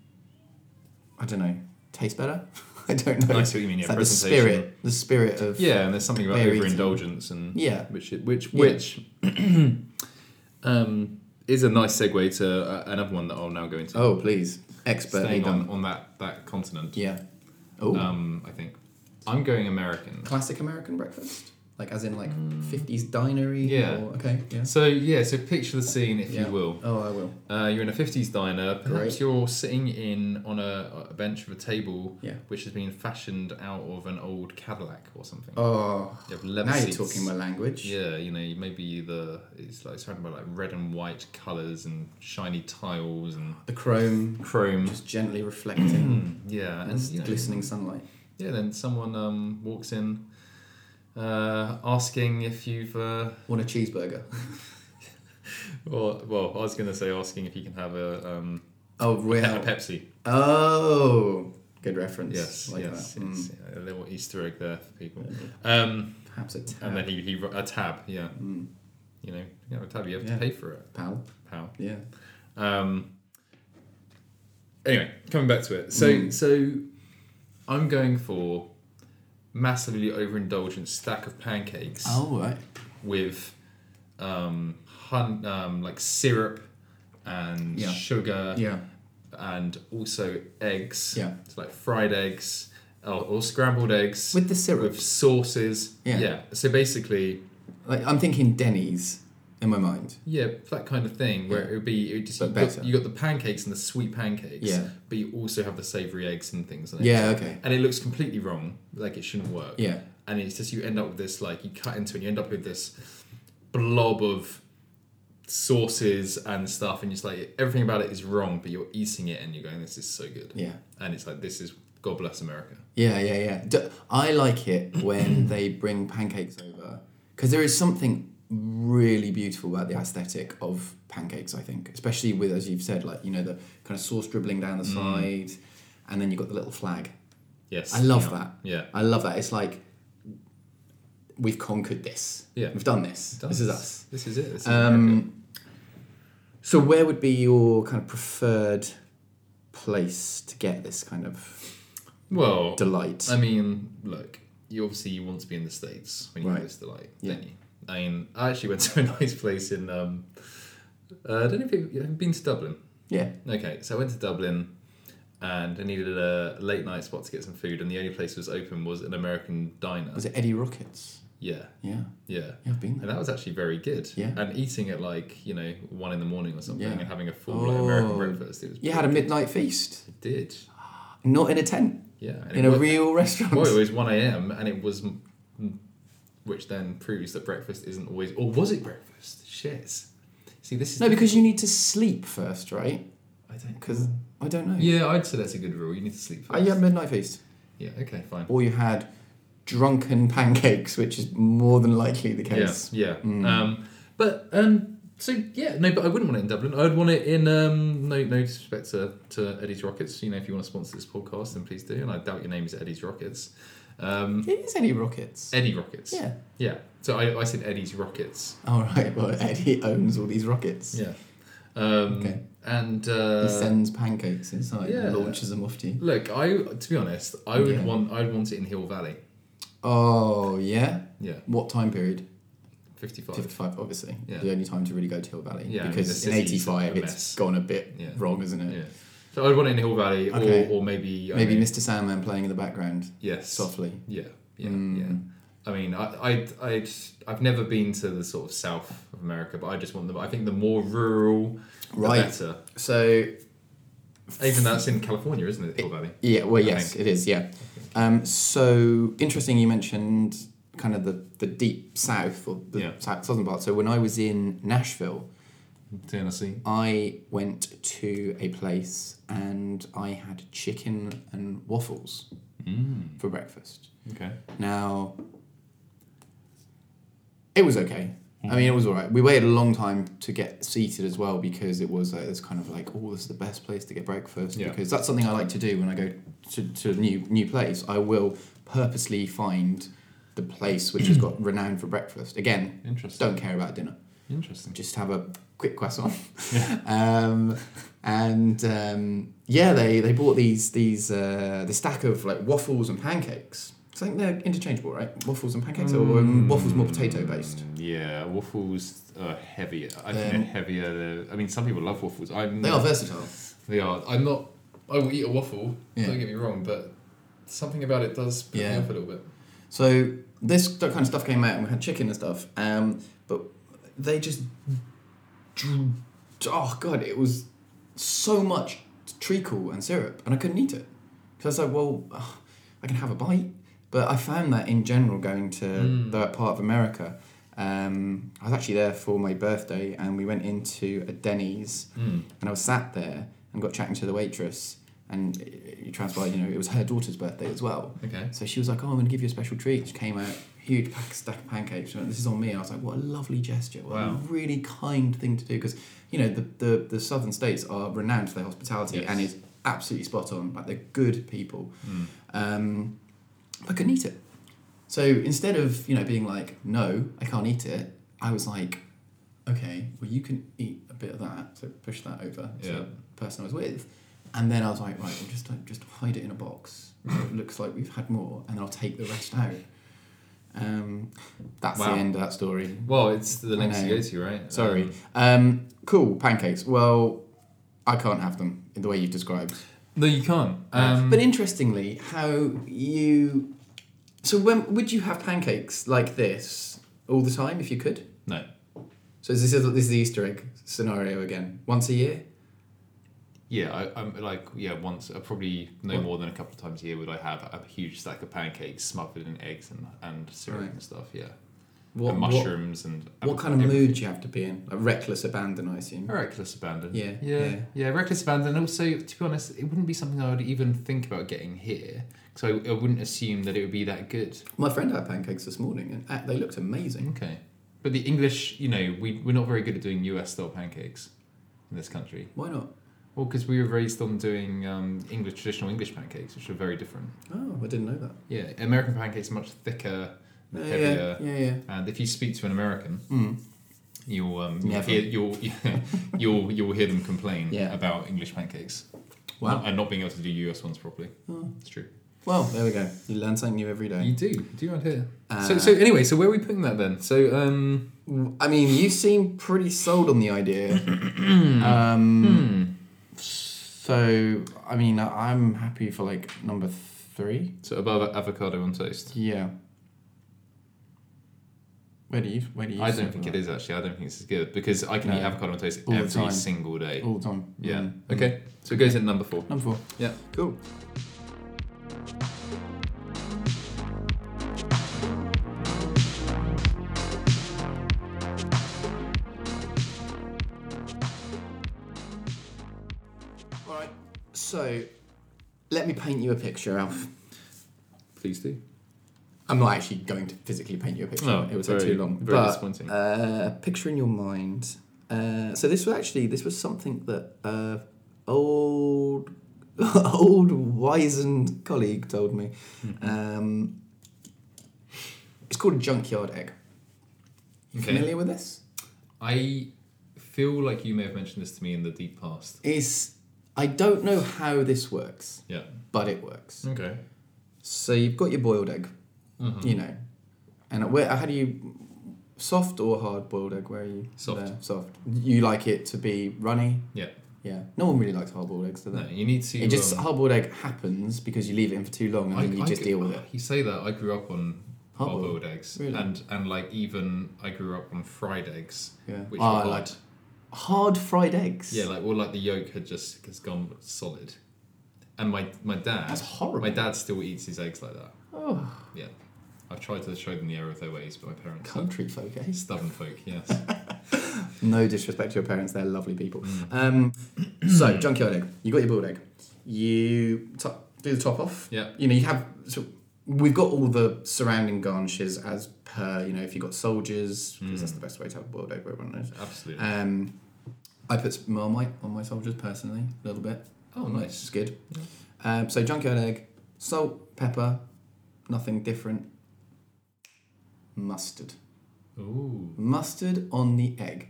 Speaker 2: I don't know, taste better. I don't know.
Speaker 1: I see what you mean. Yeah,
Speaker 2: It's like the
Speaker 1: presentation.
Speaker 2: spirit, the spirit of
Speaker 1: Yeah, and there's something about
Speaker 2: Very
Speaker 1: overindulgence and
Speaker 2: yeah,
Speaker 1: which it- which
Speaker 2: Yeah.
Speaker 1: which um, is a nice segue to uh, another one that I'll now go into.
Speaker 2: Oh please, expertly
Speaker 1: Staying
Speaker 2: done.
Speaker 1: on, Uh, on that that continent,
Speaker 2: Yeah. Oh,
Speaker 1: um, I think I'm going American.
Speaker 2: classic American breakfast. Like as in like fifties dinery.
Speaker 1: Mm. Yeah.
Speaker 2: Or, okay. Yeah.
Speaker 1: So yeah, so picture the scene if
Speaker 2: Yeah.
Speaker 1: you will.
Speaker 2: Oh, I will.
Speaker 1: Uh, you're in a 50s diner. Perhaps
Speaker 2: Great.
Speaker 1: you're sitting in on a, a bench with a table
Speaker 2: Yeah.
Speaker 1: which has been fashioned out of an old Cadillac or something.
Speaker 2: Oh,
Speaker 1: You have leather
Speaker 2: now
Speaker 1: seats.
Speaker 2: you're talking my language.
Speaker 1: Yeah, you know, maybe the it's like surrounded by like red and white colours and shiny tiles and
Speaker 2: The chrome
Speaker 1: chrome.
Speaker 2: just gently
Speaker 1: Mm.
Speaker 2: reflecting
Speaker 1: Yeah, and
Speaker 2: and
Speaker 1: you know,
Speaker 2: glistening sunlight.
Speaker 1: yeah. Then someone um, walks in, uh, asking if you've. Uh,
Speaker 2: Want a cheeseburger?
Speaker 1: well, well, I was gonna say asking if you can have a um,
Speaker 2: Oh,
Speaker 1: a
Speaker 2: real.
Speaker 1: Pepsi.
Speaker 2: Oh, good reference.
Speaker 1: Yes,
Speaker 2: like
Speaker 1: yes,
Speaker 2: that.
Speaker 1: yes.
Speaker 2: Mm.
Speaker 1: A little Easter egg there for people. Um,
Speaker 2: Perhaps a tab,
Speaker 1: and then he, he a tab, yeah.
Speaker 2: Mm.
Speaker 1: You know, you have a tab. You have
Speaker 2: Yeah.
Speaker 1: to pay for it,
Speaker 2: pal.
Speaker 1: pal.
Speaker 2: Yeah.
Speaker 1: Um, anyway, coming back to it. So,
Speaker 2: Mm.
Speaker 1: so I'm going for massively overindulgent stack of pancakes
Speaker 2: Oh, right.
Speaker 1: with um, hun- um, like syrup and
Speaker 2: Yeah.
Speaker 1: sugar
Speaker 2: Yeah.
Speaker 1: and also eggs.
Speaker 2: Yeah.
Speaker 1: So like fried eggs or, or scrambled eggs
Speaker 2: With the syrup.
Speaker 1: with sauces.
Speaker 2: Yeah.
Speaker 1: So basically,
Speaker 2: Like I'm thinking Denny's in my mind.
Speaker 1: yeah, that kind of thing where it would be it would just
Speaker 2: But
Speaker 1: you
Speaker 2: better.
Speaker 1: got, you got the pancakes and the sweet pancakes,
Speaker 2: Yeah.
Speaker 1: but you also have the savory eggs and things. on it.
Speaker 2: Yeah. Okay.
Speaker 1: And it looks completely wrong. Like it shouldn't work.
Speaker 2: Yeah.
Speaker 1: And it's just you end up with this like you cut into it and you end up with this blob of sauces and stuff and it's like everything about it is wrong but you're eating it and you're going this is so good
Speaker 2: Yeah.
Speaker 1: and it's like this is god bless america
Speaker 2: Yeah. Yeah. Yeah. D- I like it when they bring pancakes over because there is something really beautiful about the aesthetic of pancakes. I think, especially with as you've said, like you know the kind of sauce dribbling down the
Speaker 1: Mm.
Speaker 2: sides, and then you've got the little flag.
Speaker 1: yes
Speaker 2: I love
Speaker 1: yeah.
Speaker 2: that.
Speaker 1: yeah
Speaker 2: I love that. It's like we've conquered this.
Speaker 1: Yeah.
Speaker 2: We've done this. This is us.
Speaker 1: this is it this is America.
Speaker 2: Um, so where would be your kind of preferred place to get this kind of
Speaker 1: well
Speaker 2: delight?
Speaker 1: I mean, look, you obviously you want to be in the states when you
Speaker 2: Right.
Speaker 1: right. this delight,
Speaker 2: Yeah.
Speaker 1: don't you? I mean, I actually went to a nice place in. Um, uh, I don't know if you've, you've been to Dublin.
Speaker 2: yeah.
Speaker 1: Okay, so I went to Dublin, and I needed a late night spot to get some food, and the only place that was open was an American diner.
Speaker 2: Was it Eddie Rockets?
Speaker 1: Yeah,
Speaker 2: Yeah.
Speaker 1: yeah.
Speaker 2: Yeah, I've been
Speaker 1: And
Speaker 2: there.
Speaker 1: that was actually very good.
Speaker 2: Yeah.
Speaker 1: And eating at like you know one in the morning or something,
Speaker 2: Yeah.
Speaker 1: and having a full like, American
Speaker 2: Oh.
Speaker 1: breakfast. It was
Speaker 2: You had a midnight feast,
Speaker 1: it did.
Speaker 2: not in a tent,
Speaker 1: Yeah. And it
Speaker 2: in a
Speaker 1: wa-
Speaker 2: real restaurant.
Speaker 1: Well, it was 1 a.m. and it was, which then proves that breakfast isn't always, or was it breakfast? Shit. See, this is.
Speaker 2: no, because you need to sleep first, right?
Speaker 1: I don't.
Speaker 2: Because I don't know.
Speaker 1: Yeah, I'd say that's a good rule. You need to sleep
Speaker 2: Oh,
Speaker 1: first.
Speaker 2: you had midnight feast,
Speaker 1: Yeah, okay, fine.
Speaker 2: or you had drunken pancakes, which is more than likely the
Speaker 1: Yeah,
Speaker 2: case. Mm.
Speaker 1: yeah. Um, but, um, so yeah, no, but I wouldn't want it in Dublin. I'd want it in, um, no, no disrespect to, to Eddie's Rockets. You know, if you want to sponsor this podcast, then please do. And I doubt your name is Eddie's Rockets. Um,
Speaker 2: It is Eddie Rockets.
Speaker 1: Eddie Rockets.
Speaker 2: Yeah.
Speaker 1: Yeah. So I, I said Eddie's Rockets.
Speaker 2: All right. Well, Eddie owns all these rockets.
Speaker 1: Yeah. Um,
Speaker 2: Okay.
Speaker 1: And uh,
Speaker 2: He sends pancakes inside
Speaker 1: yeah.
Speaker 2: and launches them off to you.
Speaker 1: look, I to be honest, I would
Speaker 2: Yeah.
Speaker 1: want I'd want it in Hill Valley.
Speaker 2: Oh, yeah?
Speaker 1: Yeah,
Speaker 2: What time period?
Speaker 1: fifty five.
Speaker 2: 55, obviously.
Speaker 1: Yeah.
Speaker 2: The only time to really go to Hill Valley.
Speaker 1: Yeah, I mean,
Speaker 2: because
Speaker 1: the
Speaker 2: in
Speaker 1: city's
Speaker 2: 85,
Speaker 1: a
Speaker 2: it's
Speaker 1: mess.
Speaker 2: gone a bit
Speaker 1: Yeah.
Speaker 2: wrong, isn't it?
Speaker 1: Yeah. So I'd want it in Hill Valley,
Speaker 2: Okay.
Speaker 1: or, or maybe I
Speaker 2: Maybe
Speaker 1: mean,
Speaker 2: Mr. Sandman playing in the background
Speaker 1: yes,
Speaker 2: softly.
Speaker 1: Yeah, yeah,
Speaker 2: Mm.
Speaker 1: yeah. I mean, I I I'd, I've never been to the sort of south of America, but I just want them. I think the more rural, the
Speaker 2: Right.
Speaker 1: better.
Speaker 2: So,
Speaker 1: Even that's in California, isn't it? Hill Valley.
Speaker 2: yeah, well,
Speaker 1: I
Speaker 2: yes, it is, yeah. Um, so, interesting you mentioned kind of the, the deep south or the
Speaker 1: Yeah.
Speaker 2: sou- southern part. So, when I was in Nashville,
Speaker 1: Tennessee.
Speaker 2: I went to a place and I had chicken and waffles
Speaker 1: Mm.
Speaker 2: for breakfast.
Speaker 1: Okay.
Speaker 2: Now, it was okay. I mean, it was all right. We waited a long time to get seated as well because it was like this kind of like, oh, this is the best place to get breakfast
Speaker 1: Yeah.
Speaker 2: because that's something I like to do when I go to, to a new new place. I will purposely find the place which has got renowned for breakfast. Again,
Speaker 1: Interesting.
Speaker 2: don't care about dinner
Speaker 1: Interesting.
Speaker 2: just have a quick croissant. um, and um, yeah, they, they bought these these uh, the stack of like waffles and pancakes. I think they're interchangeable, right? Waffles and pancakes, or
Speaker 1: Mm.
Speaker 2: um, waffles more potato based.
Speaker 1: Yeah, waffles are heavier. I
Speaker 2: They're-
Speaker 1: think they're heavier. They're, I mean, some people love waffles. I'm
Speaker 2: Um, They are versatile.
Speaker 1: They are. I'm not. I will eat a waffle.
Speaker 2: Yeah.
Speaker 1: Don't get me wrong, but something about it does put
Speaker 2: Yeah.
Speaker 1: me off a little bit.
Speaker 2: So this kind of stuff came out and we had chicken and stuff um, but they just drew, oh god it was so much treacle and syrup and i couldn't eat it because i was like well ugh, i can have a bite but i found that in general going to
Speaker 1: Mm.
Speaker 2: that part of america um, i was actually there for my birthday and we went into a denny's
Speaker 1: Mm.
Speaker 2: and i was sat there and got chatting to the waitress and it, it transpired you know it was her daughter's birthday as well
Speaker 1: Okay.
Speaker 2: so she was like, "Oh, I'm going to give you a special treat." She came out, huge pack, stack of pancakes. She went, this is on me. And I was like, "What a lovely gesture! What
Speaker 1: Wow.
Speaker 2: a really kind thing to do." Because you know the, the the southern states are renowned for their hospitality,
Speaker 1: Yes.
Speaker 2: and it's absolutely spot on. Like they're good people.
Speaker 1: Mm.
Speaker 2: Um, but I couldn't eat it. So instead of you know being like, "No, I can't eat it," I was like, "Okay, well you can eat a bit of that." So push that over to
Speaker 1: Yeah.
Speaker 2: the person I was with. And then I was like, right, we'll just like, just hide it in a box. So it looks like we've had more, and I'll take the rest out. Um, that's
Speaker 1: Wow. Um,
Speaker 2: the end of that story.
Speaker 1: Well, it's the
Speaker 2: I
Speaker 1: next you
Speaker 2: know.
Speaker 1: go to, right?
Speaker 2: Sorry.
Speaker 1: Um,
Speaker 2: Um, cool pancakes. Well, I can't have them in the way you've described.
Speaker 1: no, you can't. Um,
Speaker 2: but interestingly, how you so when would you have pancakes like this all the time if you could?
Speaker 1: no.
Speaker 2: So this is this is the Easter egg scenario again. Once a year.
Speaker 1: Yeah, I, I'm like yeah. Once, uh, probably no
Speaker 2: What?
Speaker 1: more than a couple of times a year would I have a huge stack of pancakes smothered in eggs and and syrup
Speaker 2: Right.
Speaker 1: and stuff. Yeah,
Speaker 2: What
Speaker 1: and
Speaker 2: what,
Speaker 1: mushrooms and
Speaker 2: what kind of mood do you have to be in? Like reckless abandon, I assume.
Speaker 1: A reckless abandon.
Speaker 2: Yeah,
Speaker 1: yeah,
Speaker 2: yeah.
Speaker 1: yeah, Reckless abandon. And also, to be honest, it wouldn't be something I would even think about getting here. So I, I wouldn't assume that it would be that good.
Speaker 2: My friend had pancakes this morning, and uh, they looked amazing.
Speaker 1: Okay, but the English, you know, we we're not very good at doing U.S. style pancakes in this country.
Speaker 2: Why not?
Speaker 1: Well, because we were raised on doing um, English traditional English pancakes, which are very different.
Speaker 2: Oh, I didn't know that.
Speaker 1: Yeah, American pancakes are much thicker,
Speaker 2: Oh, Yeah,
Speaker 1: and heavier,
Speaker 2: yeah, yeah, yeah.
Speaker 1: and if you speak to an American,
Speaker 2: Mm.
Speaker 1: you'll um, you'll
Speaker 2: Never.
Speaker 1: hear, you'll you'll you'll hear them complain
Speaker 2: Yeah.
Speaker 1: about English pancakes.
Speaker 2: Wow.
Speaker 1: and not being able to do US ones properly.
Speaker 2: Oh.
Speaker 1: It's true.
Speaker 2: Well, there we go. You learn something new every
Speaker 1: You
Speaker 2: day.
Speaker 1: do, you do right here.
Speaker 2: Uh,
Speaker 1: so so anyway, so where are we putting that then? So um,
Speaker 2: I mean, you seem pretty sold on the idea. um,
Speaker 1: hmm.
Speaker 2: So, I mean, I- I'm happy for like number three.
Speaker 1: so above avocado on toast.
Speaker 2: Yeah. Where do you? Where do you?
Speaker 1: I
Speaker 2: sit
Speaker 1: don't
Speaker 2: for
Speaker 1: think it
Speaker 2: that?
Speaker 1: is actually. I don't think this is good because I can
Speaker 2: No.
Speaker 1: eat avocado on toast
Speaker 2: All the
Speaker 1: every
Speaker 2: time.
Speaker 1: single day.
Speaker 2: All the time.
Speaker 1: Yeah.
Speaker 2: Mm.
Speaker 1: Okay. So it goes in number four.
Speaker 2: Number four.
Speaker 1: Yeah.
Speaker 2: Cool. Alright, so let me paint you a picture, Alf.
Speaker 1: Please do.
Speaker 2: I'm not actually going to physically paint you a picture.
Speaker 1: Oh,
Speaker 2: it would
Speaker 1: very-
Speaker 2: take too long.
Speaker 1: very
Speaker 2: but,
Speaker 1: disappointing.
Speaker 2: Uh, picture in your mind. Uh, so this was actually this was something that uh, old old wizened colleague told me.
Speaker 1: Mm-hmm.
Speaker 2: Um, it's called a junkyard egg. You
Speaker 1: Okay.
Speaker 2: familiar with this?
Speaker 1: I feel like you may have mentioned this to me in the deep past.
Speaker 2: Is I don't know how this works,
Speaker 1: Yeah.
Speaker 2: but it works.
Speaker 1: Okay.
Speaker 2: So you've got your boiled egg,
Speaker 1: Mm-hmm.
Speaker 2: you know, and where how do you soft or hard boiled egg? Where are you?
Speaker 1: Soft.
Speaker 2: There, soft. You like it to be runny?
Speaker 1: Yeah.
Speaker 2: Yeah. No one really likes hard boiled eggs, do they?
Speaker 1: No, you need to.
Speaker 2: It just
Speaker 1: um,
Speaker 2: hard boiled egg happens because you leave it in for too long and
Speaker 1: I-
Speaker 2: then you
Speaker 1: I
Speaker 2: just
Speaker 1: gr-
Speaker 2: deal with it.
Speaker 1: You say that I grew up on hard
Speaker 2: Hard-boiled?
Speaker 1: boiled eggs,
Speaker 2: Really?
Speaker 1: and and like even I grew up on fried eggs.
Speaker 2: Yeah.
Speaker 1: Which
Speaker 2: Ah,
Speaker 1: were hard.
Speaker 2: like hard fried eggs.
Speaker 1: Yeah, like well, like the yolk had just has gone solid, and my my dad.
Speaker 2: That's horrible.
Speaker 1: Oh, My dad still eats his eggs like that.
Speaker 2: oh,
Speaker 1: Yeah, I've tried to show them the error of their ways, but my parents are
Speaker 2: country folk, eh?
Speaker 1: stubborn folk. Yes.
Speaker 2: No disrespect to your parents, they're lovely people.
Speaker 1: Mm.
Speaker 2: Um, so, junkyard egg. You got your boiled egg. You top, do the top off.
Speaker 1: Yeah.
Speaker 2: You know, you have. So we've got all the surrounding garnishes as per, you know, if you've got soldiers, because
Speaker 1: Hmm.
Speaker 2: that's the best way to have a boiled egg, everyone knows.
Speaker 1: Absolutely.
Speaker 2: Um, I put some Marmite on my soldiers personally, a little bit.
Speaker 1: oh,
Speaker 2: It's
Speaker 1: nice.
Speaker 2: good. Um, so, junkyard egg, salt, pepper, nothing different. Mustard. Uh,
Speaker 1: Ooh.
Speaker 2: Mustard on the egg.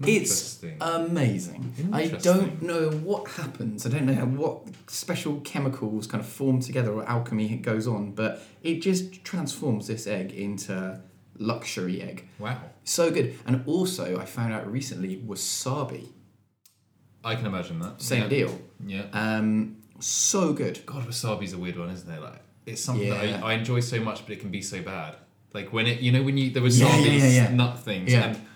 Speaker 2: It's uh,
Speaker 1: Interesting.
Speaker 2: amazing. I don't
Speaker 1: Interesting.
Speaker 2: know what happens. I don't know how, what special chemicals kind of form together or alchemy goes on, but it just transforms this egg into luxury egg.
Speaker 1: wow.
Speaker 2: So good. And also, I found out recently wasabi.
Speaker 1: I can imagine that.
Speaker 2: Same
Speaker 1: yeah.
Speaker 2: deal.
Speaker 1: Yeah.
Speaker 2: Um, so good.
Speaker 1: God, wasabi's a weird one, isn't it? Like it's something that
Speaker 2: Yeah.
Speaker 1: I, I enjoy so much, but it can be so bad. Like when it, you know, when you there was
Speaker 2: Yeah,
Speaker 1: some of
Speaker 2: yeah,
Speaker 1: these
Speaker 2: yeah, yeah.
Speaker 1: nut things,
Speaker 2: Yeah.
Speaker 1: and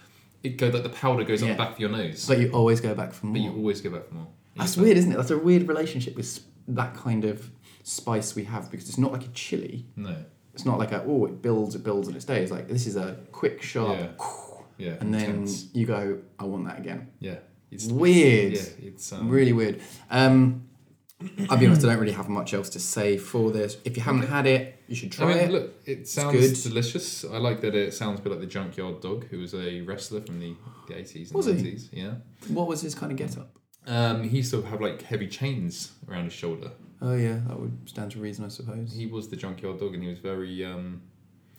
Speaker 1: it go like the powder goes
Speaker 2: Yeah.
Speaker 1: up the back of your nose,
Speaker 2: So you always go back for more.
Speaker 1: but you always go back for more.
Speaker 2: That's weird, isn't it? That's a weird relationship with sp- that kind of spice we have because it's not like a chili.
Speaker 1: No,
Speaker 2: It's not like a oh it builds, it builds, and it stays. Like this is a quick, sharp,
Speaker 1: yeah,
Speaker 2: and then
Speaker 1: intense.
Speaker 2: you go, I want that again.
Speaker 1: yeah, it's
Speaker 2: It's weird,
Speaker 1: yeah, it's um,
Speaker 2: really weird. Um, I'll be honest, I don't really have much else to say for this. If you haven't had it, you should
Speaker 1: I
Speaker 2: try
Speaker 1: mean,
Speaker 2: it.
Speaker 1: look, it sounds
Speaker 2: good.
Speaker 1: delicious. I like that it sounds a bit like the Junkyard Dog, who was a wrestler from the the eighties and
Speaker 2: Was he?
Speaker 1: nineties. Yeah,
Speaker 2: What was his kind of get up?
Speaker 1: um, he used to have like heavy chains around his shoulder.
Speaker 2: Oh yeah, that would stand to reason, I suppose.
Speaker 1: He was the Junkyard Dog, and he was very um,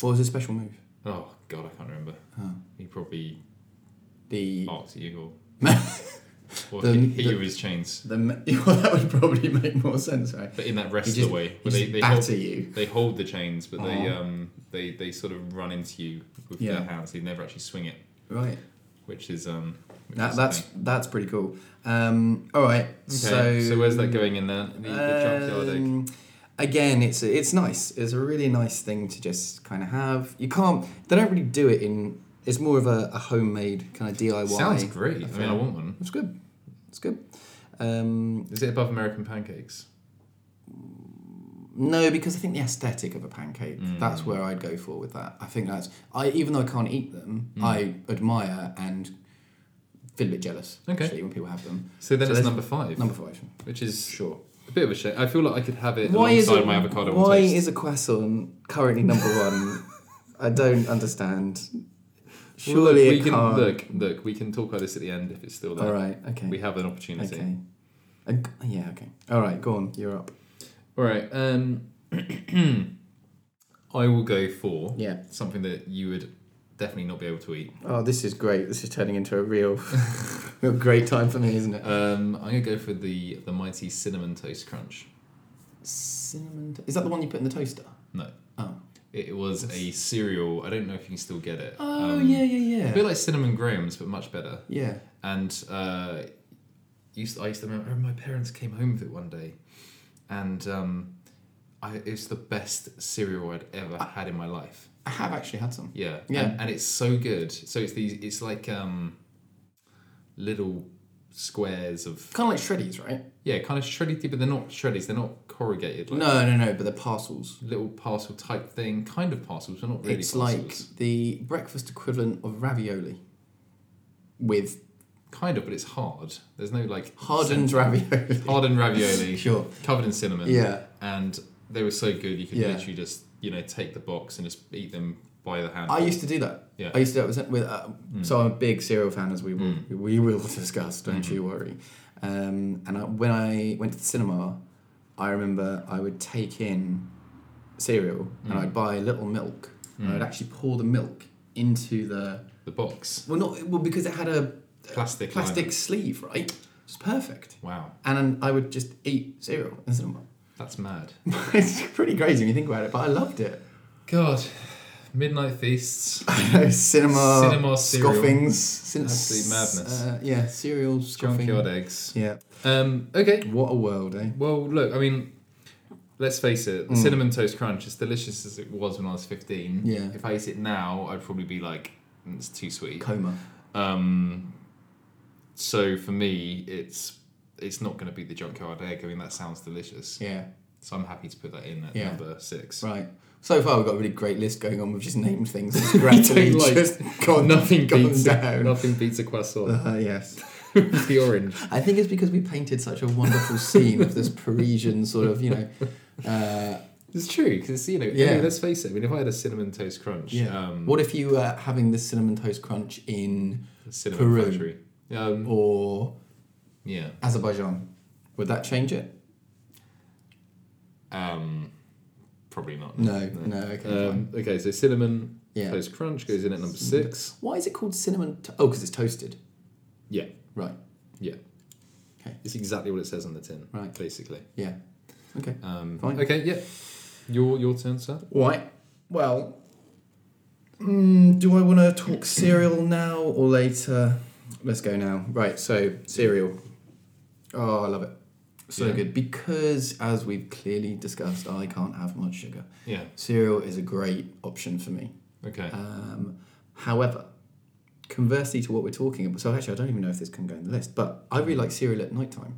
Speaker 2: What was his special move?
Speaker 1: oh god, I can't remember.
Speaker 2: Oh.
Speaker 1: He probably
Speaker 2: The
Speaker 1: barked at you or,
Speaker 2: The-
Speaker 1: or hit, hit you
Speaker 2: the-
Speaker 1: with his chains.
Speaker 2: the me- well, that would probably make more sense, right?
Speaker 1: But in that
Speaker 2: You
Speaker 1: wrestler
Speaker 2: just,
Speaker 1: way,
Speaker 2: you
Speaker 1: where they,
Speaker 2: just
Speaker 1: they hold,
Speaker 2: batter you.
Speaker 1: they hold the chains, but they
Speaker 2: Aw.
Speaker 1: um they they sort of run into you with
Speaker 2: Yeah.
Speaker 1: their hands. They never actually swing it,
Speaker 2: Right.
Speaker 1: which is um. Which
Speaker 2: That,
Speaker 1: is
Speaker 2: that's
Speaker 1: something.
Speaker 2: that's pretty cool. Um, all right.
Speaker 1: Okay,
Speaker 2: So,
Speaker 1: so, where's that going in there? The, the junkyard egg.
Speaker 2: um, Again, it's it's nice. It's a really nice thing to just kind of have. You can't. They don't really do it in. It's more of a, a homemade kind of DIY.
Speaker 1: Sounds great. I mean,
Speaker 2: feel.
Speaker 1: I want one.
Speaker 2: It's good. It's good. Um,
Speaker 1: Is it above American pancakes?
Speaker 2: no, because I think the aesthetic of a pancake.
Speaker 1: Mm.
Speaker 2: That's where I'd go for with that. I think that's. I even though I can't eat them,
Speaker 1: Mm.
Speaker 2: I admire and feel a bit jealous.
Speaker 1: Okay.
Speaker 2: Actually, when people have them.
Speaker 1: So then
Speaker 2: So
Speaker 1: it's
Speaker 2: there's-
Speaker 1: number five,
Speaker 2: Number five.
Speaker 1: which is
Speaker 2: Sure.
Speaker 1: a bit of a shame. I feel like I could have it
Speaker 2: why is
Speaker 1: alongside
Speaker 2: it-
Speaker 1: my avocado on
Speaker 2: Why
Speaker 1: toast.
Speaker 2: is a croissant currently number one? I don't understand.
Speaker 1: Well, look,
Speaker 2: Surely
Speaker 1: we
Speaker 2: it
Speaker 1: can
Speaker 2: can't.
Speaker 1: look. Look, we can talk about this at the end if it's still there.
Speaker 2: All right. Okay.
Speaker 1: We have an opportunity.
Speaker 2: okay. Uh, g- yeah. Okay. All right. Go on. You're up.
Speaker 1: All right. Um, I will go for
Speaker 2: Yeah.
Speaker 1: something that you would definitely not be able to eat.
Speaker 2: Oh, this is great. This is turning into a real, a great time for me, isn't it?
Speaker 1: Um, I'm gonna go for the the mighty cinnamon toast crunch.
Speaker 2: Cinnamon. To- is that the one you put in the toaster?
Speaker 1: No, Um,
Speaker 2: Oh.
Speaker 1: it, it was a cereal. I don't know if you can still get it.
Speaker 2: Oh
Speaker 1: Um,
Speaker 2: yeah yeah
Speaker 1: A
Speaker 2: yeah.
Speaker 1: bit like cinnamon grahams, but much better.
Speaker 2: yeah.
Speaker 1: and uh, used I used to remember my parents came home with it one day, and um, I, it was the best cereal I'd ever had in my life.
Speaker 2: I have actually had some.
Speaker 1: Yeah,
Speaker 2: Ah. Yeah.
Speaker 1: and, and it's so good. So it's these, it's like um, little squares of
Speaker 2: Kind of like shreddies, right?
Speaker 1: yeah, kind of shreddy, but they're not shreddies. They're not corrugated. Like
Speaker 2: No no no, but they're parcels.
Speaker 1: little parcel type thing, kind of parcels, but not really.
Speaker 2: it's
Speaker 1: parcels.
Speaker 2: like the breakfast equivalent of ravioli with
Speaker 1: kind of, but it's hard. There's no like
Speaker 2: hardened ravioli.
Speaker 1: hardened ravioli,
Speaker 2: Sure.
Speaker 1: covered in cinnamon.
Speaker 2: Yeah.
Speaker 1: and they were so good you could
Speaker 2: Yeah.
Speaker 1: literally just you know take the box and just eat them by the hand.
Speaker 2: I used to do that.
Speaker 1: Yeah. Hmm.
Speaker 2: I used to do that with, with uh, so I'm a big cereal fan as we will we will discuss. Don't
Speaker 1: Hmm.
Speaker 2: you worry. Um, and I, when I went to the cinema, I remember I would take in cereal
Speaker 1: Hmm.
Speaker 2: and I'd buy a little milk and I'd actually pour the milk into the
Speaker 1: the box
Speaker 2: well not well because it had a
Speaker 1: plastic
Speaker 2: plastic
Speaker 1: liner.
Speaker 2: sleeve right. It's perfect.
Speaker 1: Wow,
Speaker 2: And I would just eat cereal in the cinema.
Speaker 1: that's mad.
Speaker 2: it's pretty crazy when you think about it, but I loved it.
Speaker 1: God, midnight feasts.
Speaker 2: I know cinema,
Speaker 1: Cinema cereal.
Speaker 2: scoffings, cin-
Speaker 1: Absolute madness.
Speaker 2: Uh, yeah, cereal scoffing.
Speaker 1: Junkyard eggs.
Speaker 2: Yeah,
Speaker 1: Um. Okay.
Speaker 2: what a world, eh?
Speaker 1: Well, look. I mean, let's face it.
Speaker 2: Mm.
Speaker 1: The cinnamon toast crunch, as delicious as it was when I was fifteen.
Speaker 2: Yeah.
Speaker 1: If I ate it now, I'd probably be like, "Mm, it's too sweet.
Speaker 2: Coma.
Speaker 1: Um, so for me, it's it's not going to be the junkyard egg. I mean, that sounds delicious.
Speaker 2: Yeah,
Speaker 1: So I'm happy to put that in at
Speaker 2: Yeah.
Speaker 1: number six.
Speaker 2: right. So far, we've got a really great list going on. We've just named things that's gradually
Speaker 1: don't like-
Speaker 2: just gone,
Speaker 1: Nothing
Speaker 2: gone
Speaker 1: beats
Speaker 2: down.
Speaker 1: nothing beats a croissant.
Speaker 2: Uh, yes.
Speaker 1: the orange.
Speaker 2: I think it's because we painted such a wonderful scene of this Parisian sort of, you know, uh,
Speaker 1: It's true because you know.
Speaker 2: Yeah.
Speaker 1: I mean, let's face it. I mean, if I had a cinnamon toast crunch,
Speaker 2: yeah.
Speaker 1: um,
Speaker 2: what if you were having this cinnamon toast crunch in
Speaker 1: cinnamon
Speaker 2: Peru?
Speaker 1: factory. Um,
Speaker 2: or
Speaker 1: yeah.
Speaker 2: Azerbaijan? Would that change it?
Speaker 1: Um, probably not.
Speaker 2: No, no, okay. fine.
Speaker 1: Um, okay, so cinnamon
Speaker 2: Yeah.
Speaker 1: toast crunch goes in at number six.
Speaker 2: Why is it called cinnamon? To- oh, because it's toasted.
Speaker 1: Yeah,
Speaker 2: Right.
Speaker 1: yeah.
Speaker 2: Okay.
Speaker 1: It's exactly what it says on the tin.
Speaker 2: Right.
Speaker 1: Basically.
Speaker 2: Yeah. Okay.
Speaker 1: Um,
Speaker 2: Fine.
Speaker 1: Okay. Yeah. Your your turn, sir.
Speaker 2: Right. Well, mm, do I want to talk cereal now or later? Let's go now. Right. So cereal. Oh, I love it. So
Speaker 1: Yeah.
Speaker 2: good because, as we've clearly discussed, I can't have much sugar.
Speaker 1: Yeah.
Speaker 2: Cereal is a great option for me.
Speaker 1: Okay.
Speaker 2: Um, however, conversely to what we're talking about, so actually, I don't even know if this can go in the list, but I really like cereal at night time.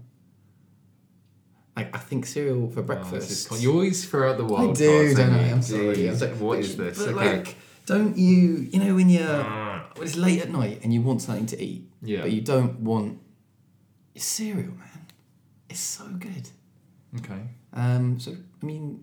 Speaker 2: I, I think cereal for
Speaker 1: Oh, this is
Speaker 2: breakfast.
Speaker 1: con- you always throw out the wild
Speaker 2: I do,
Speaker 1: cards,
Speaker 2: don't
Speaker 1: don't
Speaker 2: I?
Speaker 1: you?
Speaker 2: I'm sorry. I'm
Speaker 1: Jeez,
Speaker 2: sorry.
Speaker 1: What
Speaker 2: But-
Speaker 1: is this?
Speaker 2: But
Speaker 1: okay.
Speaker 2: like, don't you, you know, when you're,
Speaker 1: Ah.
Speaker 2: when it's late at night and you want something to eat,
Speaker 1: Yeah.
Speaker 2: but you don't want, it's cereal, man. It's so good.
Speaker 1: okay.
Speaker 2: Um, so I mean,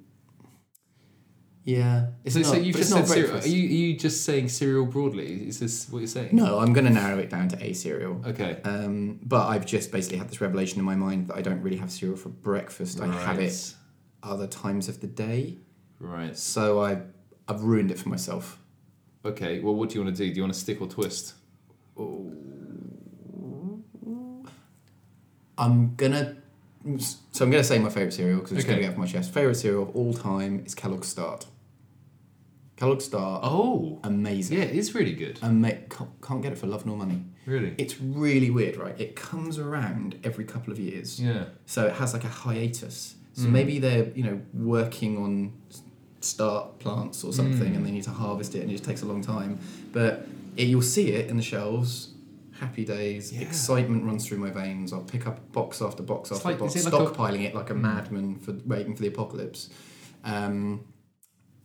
Speaker 2: yeah, it's
Speaker 1: so,
Speaker 2: not.
Speaker 1: so you've
Speaker 2: but
Speaker 1: just
Speaker 2: it's not
Speaker 1: said cereal. Are
Speaker 2: breakfast.
Speaker 1: you, are you just saying cereal broadly? Is this what you're saying?
Speaker 2: No, I'm going to narrow it down to a cereal.
Speaker 1: Okay.
Speaker 2: Um, but I've just basically had this revelation in my mind that I don't really have cereal for breakfast. I have it
Speaker 1: Right.
Speaker 2: other times of the day,
Speaker 1: Right.
Speaker 2: so I I've ruined it for myself.
Speaker 1: Okay. Well, what do you want to do? Do you want to stick or twist?
Speaker 2: I'm gonna. So I'm gonna say my favorite cereal because it's
Speaker 1: Okay.
Speaker 2: gonna be out of my chest. Favorite cereal of all time is Kellogg's Start. Kellogg's Start,
Speaker 1: Oh.
Speaker 2: amazing.
Speaker 1: Yeah, it is really good.
Speaker 2: Ama- can't, can't get it for love nor money.
Speaker 1: Really.
Speaker 2: It's really weird, right? It comes around every couple of years.
Speaker 1: Yeah.
Speaker 2: So it has like a hiatus.
Speaker 1: Mm.
Speaker 2: So maybe they're, you know, working on s- start plants or something
Speaker 1: Mm.
Speaker 2: and they need to harvest it and it just takes a long time. But it, you'll see it in the shelves. Happy days,
Speaker 1: Yeah.
Speaker 2: excitement runs through my veins. I'll pick up box after box
Speaker 1: It's
Speaker 2: after
Speaker 1: like-
Speaker 2: box,
Speaker 1: is it like a- Mm.
Speaker 2: stockpiling it like a madman for waiting for the apocalypse. Um,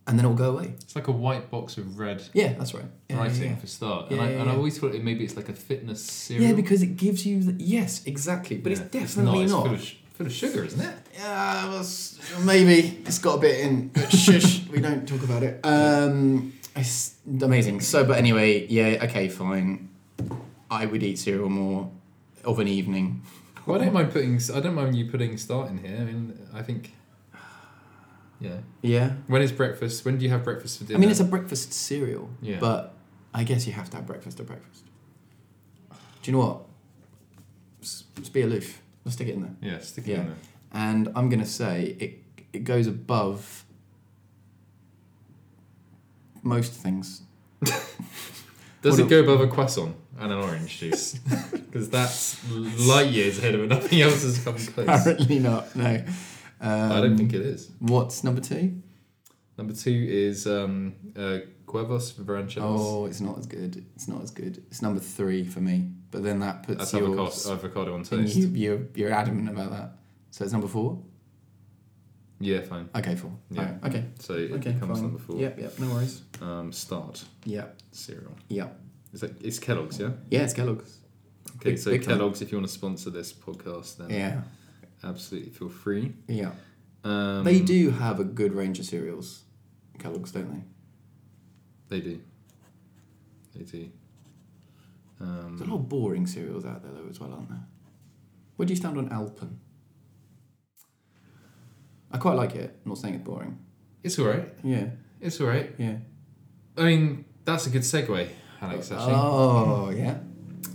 Speaker 2: and then it'll go away.
Speaker 1: It's like a white box of red
Speaker 2: Yeah, that's right. Yeah, yeah,
Speaker 1: writing
Speaker 2: yeah.
Speaker 1: for start.
Speaker 2: Yeah,
Speaker 1: and I,
Speaker 2: yeah,
Speaker 1: and I
Speaker 2: yeah.
Speaker 1: always thought it, maybe it's like a fitness cereal.
Speaker 2: Yeah, because it gives you the, yes, exactly. But
Speaker 1: Yeah,
Speaker 2: it's definitely
Speaker 1: It's
Speaker 2: not.
Speaker 1: full, of, sh- full of sugar, isn't it?
Speaker 2: Yeah, well, s- maybe it's got a bit in. But shush, we don't talk about it. Um, it's amazing. So, but anyway, yeah, okay, fine. I would eat cereal more of an evening.
Speaker 1: Well, I don't mind putting. I don't mind you putting start in here. I mean, I think. Yeah.
Speaker 2: Yeah,
Speaker 1: When is breakfast? When do you have breakfast for dinner?
Speaker 2: I mean it's a breakfast cereal.
Speaker 1: Yeah.
Speaker 2: But I guess you have to have breakfast at breakfast. Do you know what? S- Let's be aloof. Let's stick it in there.
Speaker 1: Yeah, stick it
Speaker 2: Yeah.
Speaker 1: in there.
Speaker 2: and I'm gonna say it it goes above most things.
Speaker 1: Does
Speaker 2: What
Speaker 1: it go above a croissant and an orange juice? Because that's light years ahead of it. Nothing else has come close.
Speaker 2: Apparently not. No. Um,
Speaker 1: I don't think it is.
Speaker 2: What's number two?
Speaker 1: Number two is um, uh, Cuevos Rancheros.
Speaker 2: Oh, it's not as good. It's not as good. It's number three for me. But then that puts
Speaker 1: that's
Speaker 2: yours.
Speaker 1: avocado, avocado on
Speaker 2: and
Speaker 1: toast.
Speaker 2: you, you're you're adamant about that. So it's number four.
Speaker 1: Yeah, fine.
Speaker 2: Okay, four.
Speaker 1: Yeah.
Speaker 2: Oh, okay.
Speaker 1: So it
Speaker 2: Okay.
Speaker 1: becomes
Speaker 2: fine.
Speaker 1: number four.
Speaker 2: Yep. Yep. No worries.
Speaker 1: Um, start
Speaker 2: Yep.
Speaker 1: cereal.
Speaker 2: Yep.
Speaker 1: Is that it's Kellogg's? Yeah.
Speaker 2: Yeah, it's Kellogg's.
Speaker 1: Okay,
Speaker 2: Big-
Speaker 1: so
Speaker 2: big time.
Speaker 1: Kellogg's, if you want to sponsor this podcast, then
Speaker 2: Yeah.
Speaker 1: absolutely feel free.
Speaker 2: Yeah.
Speaker 1: Um,
Speaker 2: they do have a good range of cereals. Kellogg's, don't they?
Speaker 1: They do. They do. Um,
Speaker 2: There's a lot of boring cereals out there, though, as well, aren't there? Where do you stand on Alpen? I quite like it. I'm not saying it's boring.
Speaker 1: it's all right.
Speaker 2: Yeah,
Speaker 1: It's all right.
Speaker 2: yeah.
Speaker 1: I mean, that's a good segue, Alex. Actually,
Speaker 2: Oh, yeah.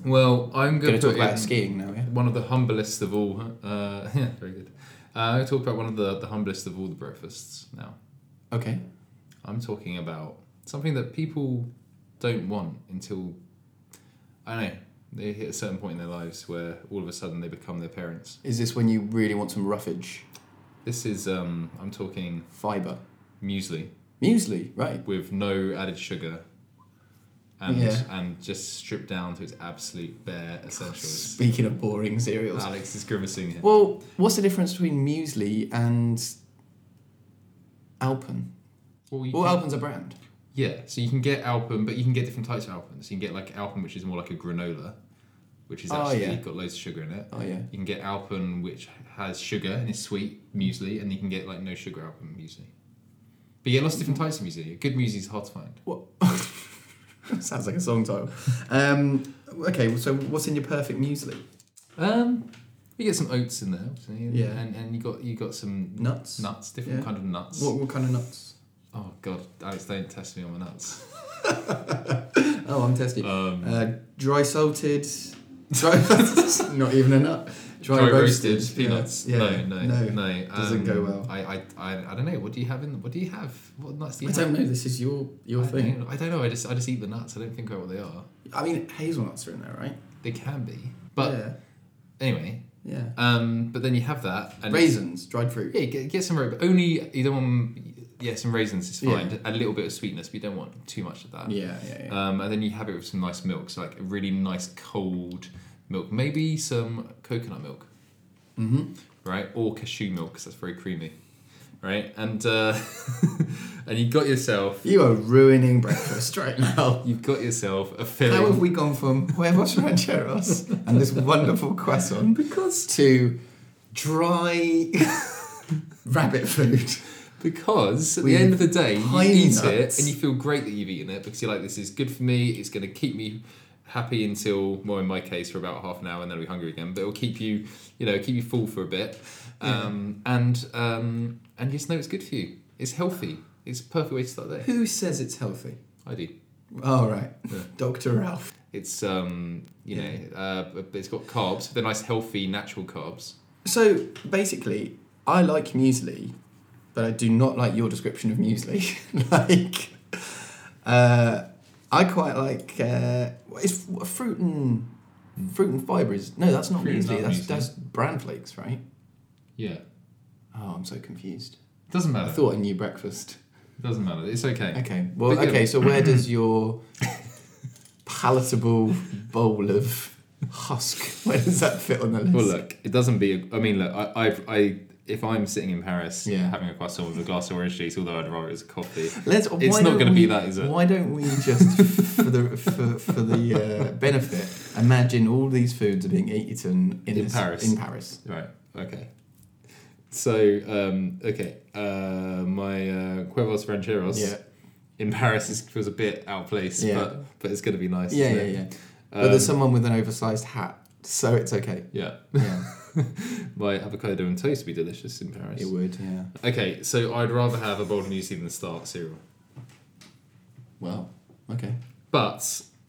Speaker 1: well, I'm going
Speaker 2: Going to
Speaker 1: to
Speaker 2: Uh, talk about skiing now, yeah?
Speaker 1: one of the humblest of all. Uh, yeah, very good. Uh, I'm going to talk about one of the, the humblest of all the breakfasts now.
Speaker 2: Okay.
Speaker 1: I'm talking about something that people don't want until I don't know they hit a certain point in their lives where all of a sudden they become their parents.
Speaker 2: Is this when you really want some roughage?
Speaker 1: This is um, I'm talking
Speaker 2: Fibre.
Speaker 1: muesli
Speaker 2: Muesli, right.
Speaker 1: with no added sugar. And,
Speaker 2: Yeah.
Speaker 1: and just stripped down to its absolute bare essentials.
Speaker 2: Speaking of boring cereals.
Speaker 1: Alex is grimacing here.
Speaker 2: Well, what's the difference between muesli and Alpen?
Speaker 1: Well, you
Speaker 2: Well,
Speaker 1: can-
Speaker 2: Alpen's a brand.
Speaker 1: Yeah, so you can get Alpen, but you can get different types of Alpen. So you can get like Alpen, which is more like a granola, which is
Speaker 2: Oh,
Speaker 1: actually
Speaker 2: yeah.
Speaker 1: got loads of sugar in it.
Speaker 2: Oh, yeah.
Speaker 1: You can get Alpen, which has sugar and is sweet muesli, and you can get like no sugar Alpen muesli. But yeah, lots of different types of muesli. Good muesli is hard to find.
Speaker 2: What? Sounds like a song title. Um, okay, so what's in your perfect muesli?
Speaker 1: Um, you get some oats in there, obviously, and-
Speaker 2: Yeah.
Speaker 1: and and you got you got some
Speaker 2: Nuts?
Speaker 1: nuts, different
Speaker 2: Yeah.
Speaker 1: kind of nuts.
Speaker 2: What, what kind of nuts?
Speaker 1: Oh god, Alex, don't test me on my nuts.
Speaker 2: Oh, I'm testing.
Speaker 1: Um,
Speaker 2: Uh, dry salted. Dry, not even a nut. Dry, roasted,
Speaker 1: peanuts.
Speaker 2: Yeah, yeah,
Speaker 1: no, no, no,
Speaker 2: doesn't
Speaker 1: um,
Speaker 2: go well.
Speaker 1: I, I, I, I don't know. What do you have in? What do you have? What nuts do you
Speaker 2: I
Speaker 1: have?
Speaker 2: don't know. This is your your
Speaker 1: I
Speaker 2: thing.
Speaker 1: Don't, I don't know. I just, I just eat the nuts. I don't think about what they are.
Speaker 2: I mean, hazelnuts are in there, right?
Speaker 1: They can be, but
Speaker 2: yeah.
Speaker 1: anyway,
Speaker 2: Yeah.
Speaker 1: Um, but then you have that and
Speaker 2: Raisins, dried fruit.
Speaker 1: Yeah, you get, get some raisins. But only you don't want yeah some raisins is fine.
Speaker 2: Yeah.
Speaker 1: A little bit of sweetness, but you don't want too much of that.
Speaker 2: Yeah, yeah, yeah.
Speaker 1: Um, and then you have it with some nice milk, so like a really nice cold milk, maybe some coconut milk,
Speaker 2: Mhm.
Speaker 1: right? Or cashew milk because that's very creamy, right? And uh, and you got yourself
Speaker 2: You are ruining breakfast right now.
Speaker 1: you've got yourself a
Speaker 2: How have
Speaker 1: filling.
Speaker 2: we gone from huevos rancheros and this wonderful croissant
Speaker 1: Because
Speaker 2: to dry rabbit food?
Speaker 1: because at
Speaker 2: With
Speaker 1: the end of the day you
Speaker 2: pine
Speaker 1: eat
Speaker 2: nuts.
Speaker 1: it and you feel great that you've eaten it because you're like this is good for me. It's going to keep me happy until well in my case for about half an hour and then I'll be hungry again. But it'll keep you you know keep you full for a bit. Um, And um, and you just know it's good for you. It's healthy. It's a perfect way to start the day.
Speaker 2: Who says it's healthy?
Speaker 1: I do.
Speaker 2: All right,
Speaker 1: Yeah.
Speaker 2: Dr. Ralph.
Speaker 1: It's um you know uh, but it's got carbs. They're nice healthy natural carbs.
Speaker 2: So basically, I like muesli, but I do not like your description of muesli. like, uh, I quite like uh, it's f- fruit and fruit and fibre is no, that's not
Speaker 1: Fruit and
Speaker 2: muesli.
Speaker 1: nut
Speaker 2: That's
Speaker 1: muesli.
Speaker 2: that's bran flakes, right?
Speaker 1: Yeah.
Speaker 2: Oh, I'm so confused.
Speaker 1: Doesn't
Speaker 2: I
Speaker 1: matter.
Speaker 2: thought I knew breakfast.
Speaker 1: Doesn't matter. It's okay.
Speaker 2: Okay, well,
Speaker 1: But yeah.
Speaker 2: okay. So where does your palatable bowl of husk? Where does that fit on the list?
Speaker 1: Well, look, it doesn't be. I mean, look, I, I, I if I'm sitting in Paris,
Speaker 2: Yeah.
Speaker 1: having a croissant with a glass of orange juice, although I'd rather it was a coffee.
Speaker 2: Let's,
Speaker 1: It's
Speaker 2: why
Speaker 1: not
Speaker 2: don't
Speaker 1: gonna be
Speaker 2: we-
Speaker 1: that, is it?
Speaker 2: Why don't we just, for the for, for the uh, benefit, imagine all these foods are being eaten in,
Speaker 1: In
Speaker 2: this-
Speaker 1: Paris.
Speaker 2: In Paris,
Speaker 1: Right. Okay. So, um, okay, uh, my uh, huevos rancheros
Speaker 2: yeah,
Speaker 1: in Paris is, feels a bit out of place,
Speaker 2: Yeah.
Speaker 1: but but it's gonna be nice.
Speaker 2: yeah,
Speaker 1: isn't
Speaker 2: yeah,
Speaker 1: it?
Speaker 2: yeah.
Speaker 1: Um,
Speaker 2: but there's someone with an oversized hat, so it's okay.
Speaker 1: yeah.
Speaker 2: Yeah,
Speaker 1: My avocado and toast would be delicious in Paris.
Speaker 2: it would. Yeah.
Speaker 1: Okay, so I'd rather have a bowl of muesli than start cereal,
Speaker 2: Well, okay,
Speaker 1: but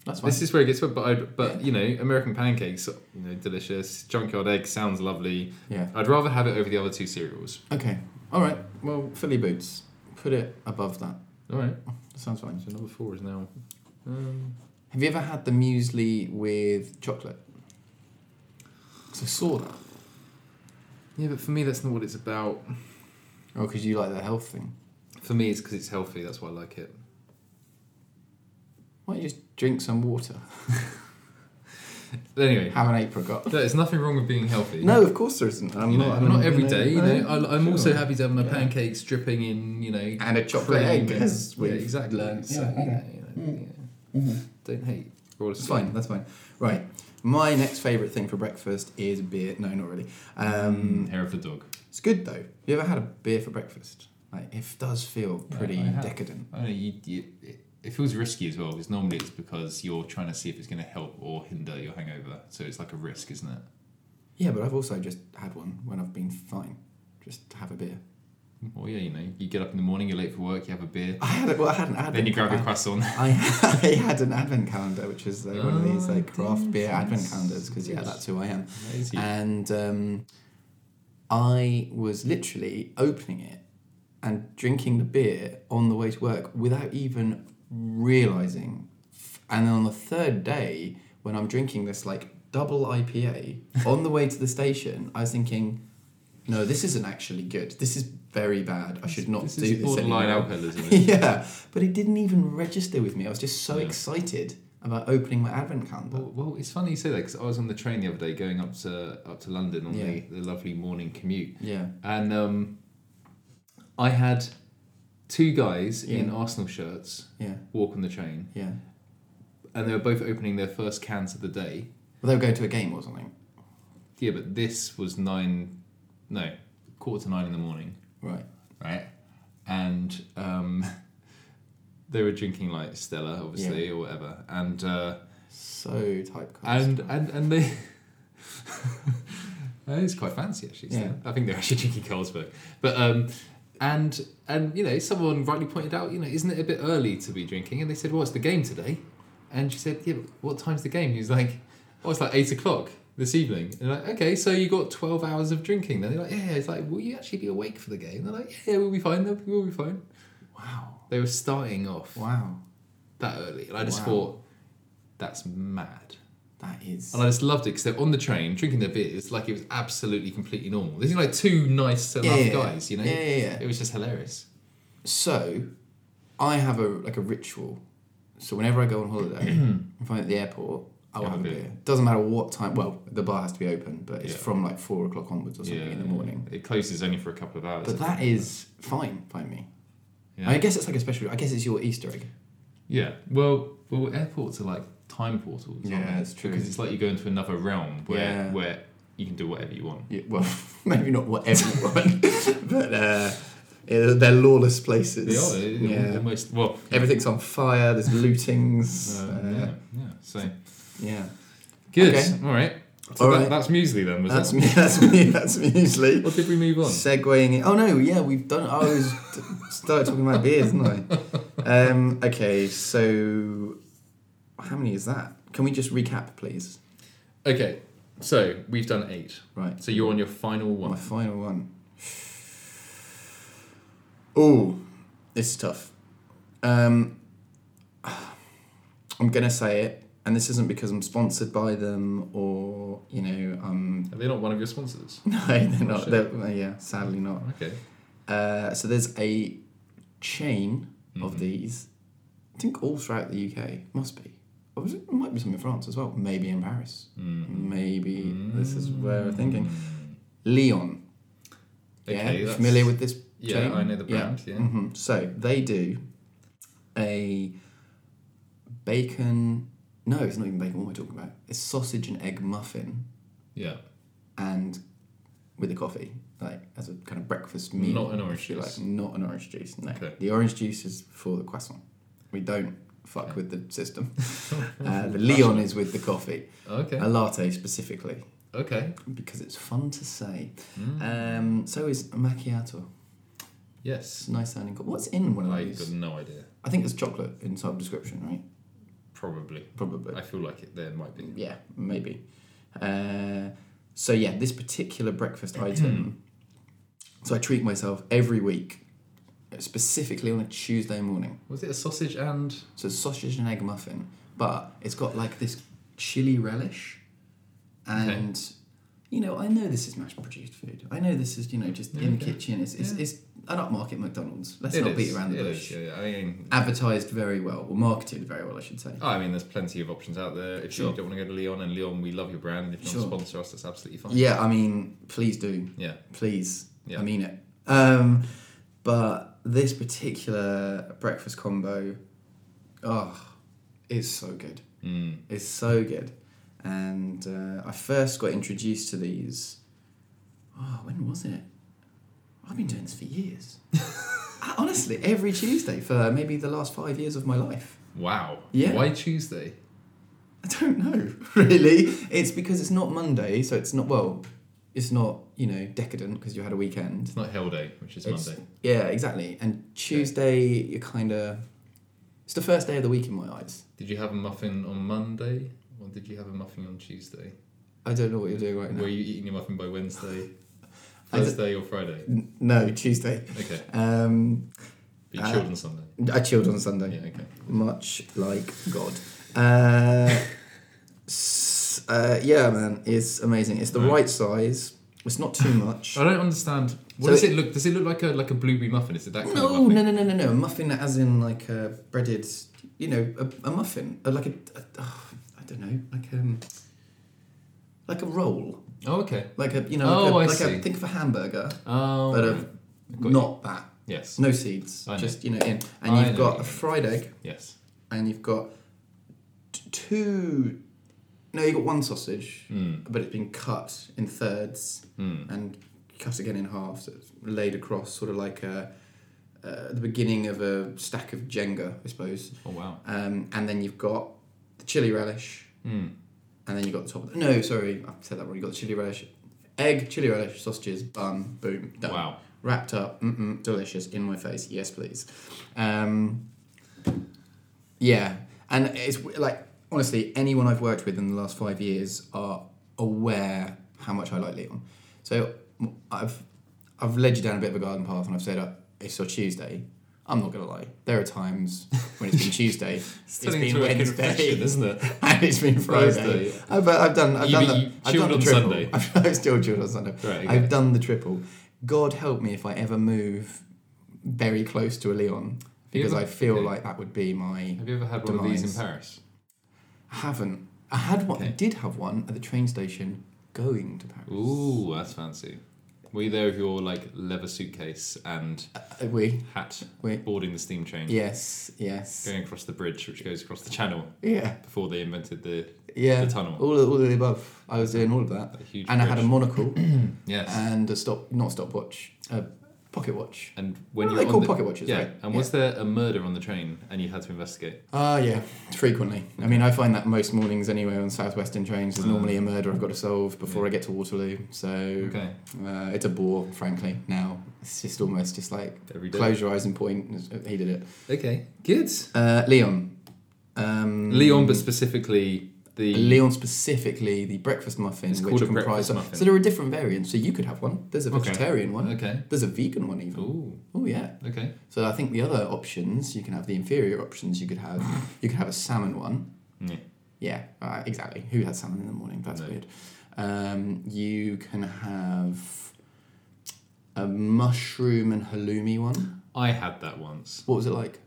Speaker 2: that's fine.
Speaker 1: This is where it gets weird, but I'd, but you know, American pancakes, you know, delicious. Junkyard egg sounds lovely.
Speaker 2: yeah.
Speaker 1: I'd rather have it over the other two cereals.
Speaker 2: Okay. All right. Well, Philly boots. Put it above that.
Speaker 1: All right,
Speaker 2: that sounds fine.
Speaker 1: so number four is now. Um,
Speaker 2: Have you ever had the muesli with chocolate? 'Cause I saw that.
Speaker 1: yeah, but for me, that's not what it's about.
Speaker 2: Oh, because you like the health thing.
Speaker 1: For me, it's because it's healthy. That's why I like it.
Speaker 2: Why don't you just drink some water?
Speaker 1: But anyway,
Speaker 2: Have an apricot.
Speaker 1: there's nothing wrong with being healthy.
Speaker 2: No, of course there isn't. I'm
Speaker 1: you know,
Speaker 2: not.
Speaker 1: not every
Speaker 2: you
Speaker 1: day. You
Speaker 2: no,
Speaker 1: know, I, I'm
Speaker 2: sure.
Speaker 1: also happy to have my
Speaker 2: Yeah.
Speaker 1: pancakes dripping in. You know,
Speaker 2: And a chocolate
Speaker 1: cream
Speaker 2: egg,
Speaker 1: and-
Speaker 2: as
Speaker 1: yeah,
Speaker 2: we've
Speaker 1: exactly.
Speaker 2: learned.
Speaker 1: So,
Speaker 2: Yeah,
Speaker 1: you know,
Speaker 2: okay.
Speaker 1: you know, yeah. Don't hate. We're all
Speaker 2: That's mm-hmm. fine. That's fine. Right. My next favourite thing for breakfast is beer. No, not really. Um,
Speaker 1: Hair of the dog.
Speaker 2: it's good though. You ever had a beer for breakfast? Like, it does feel
Speaker 1: Yeah,
Speaker 2: pretty
Speaker 1: I have.
Speaker 2: decadent.
Speaker 1: I don't know, you, you, it, it feels risky as well because normally it's because you're trying to see if it's going to help or hinder your hangover. So it's like a risk, isn't it?
Speaker 2: Yeah, but I've also just had one when I've been fine. Just have a beer.
Speaker 1: Well, yeah, you know, you get up in the morning, you're late for work, you have a beer,
Speaker 2: I had it. Well, I had an advent.
Speaker 1: then you grab your
Speaker 2: I-
Speaker 1: croissant.
Speaker 2: I, I had an advent calendar, which is like one of these
Speaker 1: Oh,
Speaker 2: like craft beer
Speaker 1: yes.
Speaker 2: advent calendars. Because yeah, that's who I am.
Speaker 1: Amazing.
Speaker 2: and um, I was literally opening it and drinking the beer on the way to work without even realizing. And then on the third day, when I'm drinking this like double IPA on the way to the station, I was thinking, no, this isn't actually good. This is very bad. I should not
Speaker 1: this
Speaker 2: do
Speaker 1: is
Speaker 2: this
Speaker 1: borderline
Speaker 2: anymore."
Speaker 1: alcoholism. isn't it?
Speaker 2: yeah, but it didn't even register with me. I was just so
Speaker 1: Yeah.
Speaker 2: excited about opening my advent calendar.
Speaker 1: Well, well, it's funny you say that because I was on the train the other day going up to up to London on
Speaker 2: Yeah.
Speaker 1: the, the lovely morning commute,
Speaker 2: Yeah.
Speaker 1: and um, I had two guys in
Speaker 2: Yeah.
Speaker 1: Arsenal shirts
Speaker 2: Yeah.
Speaker 1: walk on the train,
Speaker 2: Yeah.
Speaker 1: and they were both opening their first cans of the day.
Speaker 2: Well, they were going to a game or something.
Speaker 1: Yeah, but this was nine, no, quarter to nine in the morning,
Speaker 2: Right.
Speaker 1: right? And um, they were drinking like Stella, obviously, or whatever. And uh,
Speaker 2: So typecast.
Speaker 1: and and and they. it's quite fancy actually. Stella. I think they're actually drinking Carlsberg, but um, and and you know someone rightly pointed out, you know, isn't it a bit early to be drinking? And they said, well, it's the game today, and she said, yeah, but what time's the game? He was like, oh, it's like eight o'clock this evening. And they're like, okay, so you got twelve hours of drinking. Then they're like, yeah, it's like, will you actually be awake for the game? they're like, yeah, we'll be fine. They'll be- We'll be fine.
Speaker 2: wow.
Speaker 1: They were starting off
Speaker 2: Wow.
Speaker 1: that early, and I just
Speaker 2: Wow.
Speaker 1: thought, that's mad.
Speaker 2: That is.
Speaker 1: And I just loved it because they're on the train drinking their beers like it was absolutely completely normal. These are like two nice enough guys, you know.
Speaker 2: Yeah, yeah, yeah.
Speaker 1: It was just hilarious.
Speaker 2: So, I have a like a ritual. So whenever I go on holiday, if I'm at the airport, I will
Speaker 1: Have a
Speaker 2: have a
Speaker 1: beer.
Speaker 2: beer. Doesn't matter what time. Well, the bar has to be open, but it's
Speaker 1: Yeah.
Speaker 2: from like four o'clock onwards or something in the morning.
Speaker 1: It closes only for a couple of hours.
Speaker 2: But that is fine by me.
Speaker 1: Yeah.
Speaker 2: I guess it's like a special. I guess it's your Easter egg.
Speaker 1: Yeah. Well, well, airports are like time portals. aren't
Speaker 2: Yeah,
Speaker 1: they?
Speaker 2: it's true.
Speaker 1: Because it's like you go into another realm where
Speaker 2: Yeah.
Speaker 1: where you can do whatever you want.
Speaker 2: Yeah, well, maybe not what everyone, but uh, yeah, they're lawless places.
Speaker 1: They are they're
Speaker 2: Yeah.
Speaker 1: almost well.
Speaker 2: Everything's on fire. There's lootings.
Speaker 1: uh,
Speaker 2: uh,
Speaker 1: yeah, yeah. So
Speaker 2: yeah.
Speaker 1: good.
Speaker 2: Okay.
Speaker 1: All right. So
Speaker 2: All
Speaker 1: that,
Speaker 2: right.
Speaker 1: that's Muesli then. Was
Speaker 2: That's
Speaker 1: it?
Speaker 2: me. That's me. That's me. Usually.
Speaker 1: Or did we move on?
Speaker 2: Segwaying. it- Oh no, yeah, we've done. I was t- started talking about beers, didn't I? Um, okay, so how many is that? Can we just recap, please?
Speaker 1: Okay. So we've done eight.
Speaker 2: Right,
Speaker 1: So you're on your final one.
Speaker 2: my final one. Oh, this is tough. Um, I'm gonna say it, and this isn't because I'm sponsored by them or you know I'm.
Speaker 1: Are they not one of your sponsors?
Speaker 2: No, they're not.
Speaker 1: Oh, shit.
Speaker 2: They're, yeah, sadly not.
Speaker 1: Okay.
Speaker 2: Uh, so there's a chain
Speaker 1: Mm-hmm.
Speaker 2: of these. I think all throughout the UK must be. Or was it, it might be some in France as well. Maybe in Paris.
Speaker 1: Mm.
Speaker 2: Maybe this is where I'm thinking. Leon. yeah,
Speaker 1: Okay.
Speaker 2: you
Speaker 1: that's-
Speaker 2: familiar with this?
Speaker 1: Yeah,
Speaker 2: chain?
Speaker 1: I know the brand, yeah.
Speaker 2: hmm So they do a bacon. No, it's not even bacon. What am I talking about? It's sausage and egg muffin
Speaker 1: Yeah.
Speaker 2: and with a coffee, like as a kind of breakfast meal.
Speaker 1: Not an orange
Speaker 2: Mm. if you
Speaker 1: juice.
Speaker 2: Like not an orange juice. No,
Speaker 1: Okay.
Speaker 2: the orange juice is for the croissant. We don't fuck with the system. uh, the Leon is with the coffee,
Speaker 1: Okay.
Speaker 2: a latte specifically,
Speaker 1: Okay.
Speaker 2: because it's fun to say.
Speaker 1: Mm.
Speaker 2: Um, so is macchiato. It's
Speaker 1: Yes.
Speaker 2: a nice sounding. Co- What's in one of
Speaker 1: I've got
Speaker 2: these?
Speaker 1: no idea.
Speaker 2: I think there's chocolate inside the description, right?
Speaker 1: Probably.
Speaker 2: Probably.
Speaker 1: I feel like it. There might be.
Speaker 2: yeah, maybe. Uh, so yeah, this particular breakfast
Speaker 1: Mm-hmm.
Speaker 2: item. so I treat myself every week, specifically on a Tuesday morning.
Speaker 1: Was it a sausage and?
Speaker 2: So it's sausage and egg muffin, but it's got like this chili relish, and you know I know this is mass-produced food. I know this is you know just in the
Speaker 1: Okay.
Speaker 2: kitchen. It's it's,
Speaker 1: Yeah.
Speaker 2: it's an upmarket McDonald's. Let's
Speaker 1: It
Speaker 2: not
Speaker 1: is,
Speaker 2: beat around the
Speaker 1: it is,
Speaker 2: bush.
Speaker 1: yeah, I mean,
Speaker 2: Advertised very well, or marketed very well, I should say.
Speaker 1: I mean, there's plenty of options out there. If
Speaker 2: Sure.
Speaker 1: you don't want to go to Leon, and Leon, we love your brand. If you
Speaker 2: Sure.
Speaker 1: want to sponsor us, that's absolutely fine.
Speaker 2: Yeah, I mean, please do.
Speaker 1: Yeah.
Speaker 2: please.
Speaker 1: Yeah.
Speaker 2: I mean it. Um, but this particular breakfast combo, oh, is so good.
Speaker 1: Mm.
Speaker 2: It's so good. And uh, I first got introduced to these. Oh, when was it? I've been doing this for years. I- Honestly, every Tuesday for maybe the last five years of my life.
Speaker 1: Wow.
Speaker 2: Yeah.
Speaker 1: Why Tuesday?
Speaker 2: I don't know, really. It's because it's not Monday, so it's not, well, it's not, you know, decadent because you had a weekend.
Speaker 1: It's not Hell Day, which is
Speaker 2: It's-
Speaker 1: Monday.
Speaker 2: Yeah, exactly. And Tuesday, you're kind of. It's the first day of the week in my eyes.
Speaker 1: Did you have a muffin on Monday, or did you have a muffin on Tuesday?
Speaker 2: I don't know what you're doing right now.
Speaker 1: Were you eating your muffin by Wednesday,
Speaker 2: I d-
Speaker 1: Thursday, or Friday?
Speaker 2: N- no, Tuesday.
Speaker 1: Okay.
Speaker 2: Um,
Speaker 1: Be
Speaker 2: Uh,
Speaker 1: chilled on Sunday.
Speaker 2: I chilled on Sunday,
Speaker 1: Yeah. Okay.
Speaker 2: much like God. Uh, s- uh, yeah, man, it's amazing. It's the
Speaker 1: Right.
Speaker 2: right size. It's not too much.
Speaker 1: I don't understand. What
Speaker 2: So
Speaker 1: does
Speaker 2: it-
Speaker 1: it, look? Does it look like a like a blueberry muffin? Is it that kind of
Speaker 2: No,
Speaker 1: muffin?
Speaker 2: no, no, no, no, no. A muffin as in like a breaded, you know, a, a muffin, Uh, like a, a- oh, I don't know, like um, like a roll.
Speaker 1: Oh, okay.
Speaker 2: Like a you know,
Speaker 1: Oh, I
Speaker 2: like, a, like
Speaker 1: see.
Speaker 2: a think of a hamburger,
Speaker 1: Oh.
Speaker 2: but uh,
Speaker 1: right.
Speaker 2: a,
Speaker 1: Got
Speaker 2: not that.
Speaker 1: Yes.
Speaker 2: No seeds,
Speaker 1: I know.
Speaker 2: just you know, in. And
Speaker 1: I
Speaker 2: you've
Speaker 1: know what you mean.
Speaker 2: got a fried egg,
Speaker 1: Yes.
Speaker 2: and you've got t- two. No, you've got one sausage,
Speaker 1: Hmm,
Speaker 2: but it's been cut in thirds and cut again in half, so it's laid across, sort of like a. Uh, the beginning of a stack of Jenga, I suppose,
Speaker 1: Oh wow.
Speaker 2: um, and then you've got the chili relish,
Speaker 1: Mm.
Speaker 2: and then you got the top. Of the, no, sorry, I said that wrong. You got the chili relish, egg, chili relish, sausages, bun, boom, done.
Speaker 1: Wow.
Speaker 2: Wrapped up, mm-mm, delicious, in my face. Yes, please. Um, yeah, and it's w- like honestly, anyone I've worked with in the last five years are aware how much I like Leon. So m- I've I've led you down a bit of a garden path, and I've said uh, it's your Tuesday. I'm not gonna lie. There are times when it's been Tuesday, it's
Speaker 1: turning
Speaker 2: been
Speaker 1: into a
Speaker 2: Wednesday,
Speaker 1: confession, isn't it?
Speaker 2: and it's been Friday.
Speaker 1: Thursday.
Speaker 2: I've, uh, I've done. I've
Speaker 1: You mean
Speaker 2: done. The,
Speaker 1: you
Speaker 2: I've
Speaker 1: chilled
Speaker 2: done the
Speaker 1: on
Speaker 2: triple.
Speaker 1: Sunday?
Speaker 2: I've, I've still chilled on Sunday.
Speaker 1: Right, okay.
Speaker 2: I've done the triple. God help me if I ever move very close to a Leon because
Speaker 1: ever-
Speaker 2: I feel
Speaker 1: okay.
Speaker 2: like that would be my.
Speaker 1: Have you ever had one of these in
Speaker 2: Demise.
Speaker 1: Paris?
Speaker 2: I haven't. I had one. I
Speaker 1: Okay.
Speaker 2: did have one at the train station going to Paris.
Speaker 1: Ooh, that's fancy. Were you there with your like leather suitcase and
Speaker 2: Uh, we.
Speaker 1: hat,
Speaker 2: we
Speaker 1: boarding the steam train,
Speaker 2: yes. Yes.
Speaker 1: going across the bridge which goes across the channel
Speaker 2: Yeah.
Speaker 1: before they invented the,
Speaker 2: Yeah.
Speaker 1: the tunnel?
Speaker 2: All, all of the above. I was doing all of that.
Speaker 1: A huge
Speaker 2: And I had a uh,
Speaker 1: bridge.
Speaker 2: monocle
Speaker 1: yes.
Speaker 2: and a stop, not stopwatch, a pocket watch.
Speaker 1: and when
Speaker 2: What
Speaker 1: you
Speaker 2: are
Speaker 1: were
Speaker 2: they
Speaker 1: on
Speaker 2: called?
Speaker 1: the-
Speaker 2: Pocket watches,
Speaker 1: yeah.
Speaker 2: right?
Speaker 1: And was there a murder on the train and you had to investigate?
Speaker 2: Ah, yeah, frequently. I mean, I find that most mornings anyway on southwestern trains is normally a murder I've got to solve before I get to Waterloo. So
Speaker 1: Mm. Okay.
Speaker 2: uh, it's a bore, frankly. Now it's just almost just like
Speaker 1: Every day.
Speaker 2: close your eyes and point. uh, He did it.
Speaker 1: Okay. Good.
Speaker 2: Uh, Leon. Um,
Speaker 1: Leon, but specifically the
Speaker 2: Leon specifically, the breakfast muffin,
Speaker 1: It's
Speaker 2: which
Speaker 1: called a breakfast
Speaker 2: comprises.
Speaker 1: muffin.
Speaker 2: So there are different variants. So you could have one. There's a
Speaker 1: Okay.
Speaker 2: vegetarian one.
Speaker 1: Okay.
Speaker 2: There's a vegan one even.
Speaker 1: Ooh.
Speaker 2: Oh yeah.
Speaker 1: Okay.
Speaker 2: So I think the other options you can have the inferior options. You could have you could have a salmon one.
Speaker 1: Yeah.
Speaker 2: Yeah, uh, exactly. Who has salmon in the morning? That's
Speaker 1: No.
Speaker 2: weird. Um, you can have a mushroom and halloumi one.
Speaker 1: I had that once.
Speaker 2: What was it like?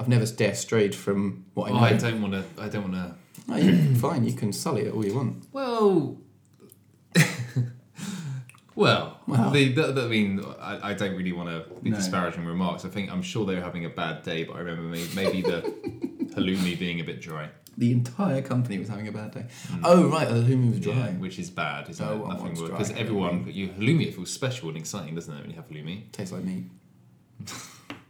Speaker 2: I've never dare strayed from what I
Speaker 1: Oh, I
Speaker 2: know.
Speaker 1: don't want to. I don't want to.
Speaker 2: No, you- fine, you can sully it all you want.
Speaker 1: Well, well,
Speaker 2: Well.
Speaker 1: The, that, that, I mean, I, I don't really want to be
Speaker 2: No.
Speaker 1: disparaging remarks. I think I'm sure they were having a bad day, but I remember maybe, maybe the halloumi being a bit dry,
Speaker 2: The entire company was having a bad day. Oh right, the halloumi was
Speaker 1: Hmm. Yeah,
Speaker 2: dry.
Speaker 1: which is bad, isn't
Speaker 2: No
Speaker 1: it?
Speaker 2: one wants dry
Speaker 1: because
Speaker 2: halloumi.
Speaker 1: everyone you halloumi it feels special and exciting, doesn't it? When you have halloumi,
Speaker 2: Tastes like meat.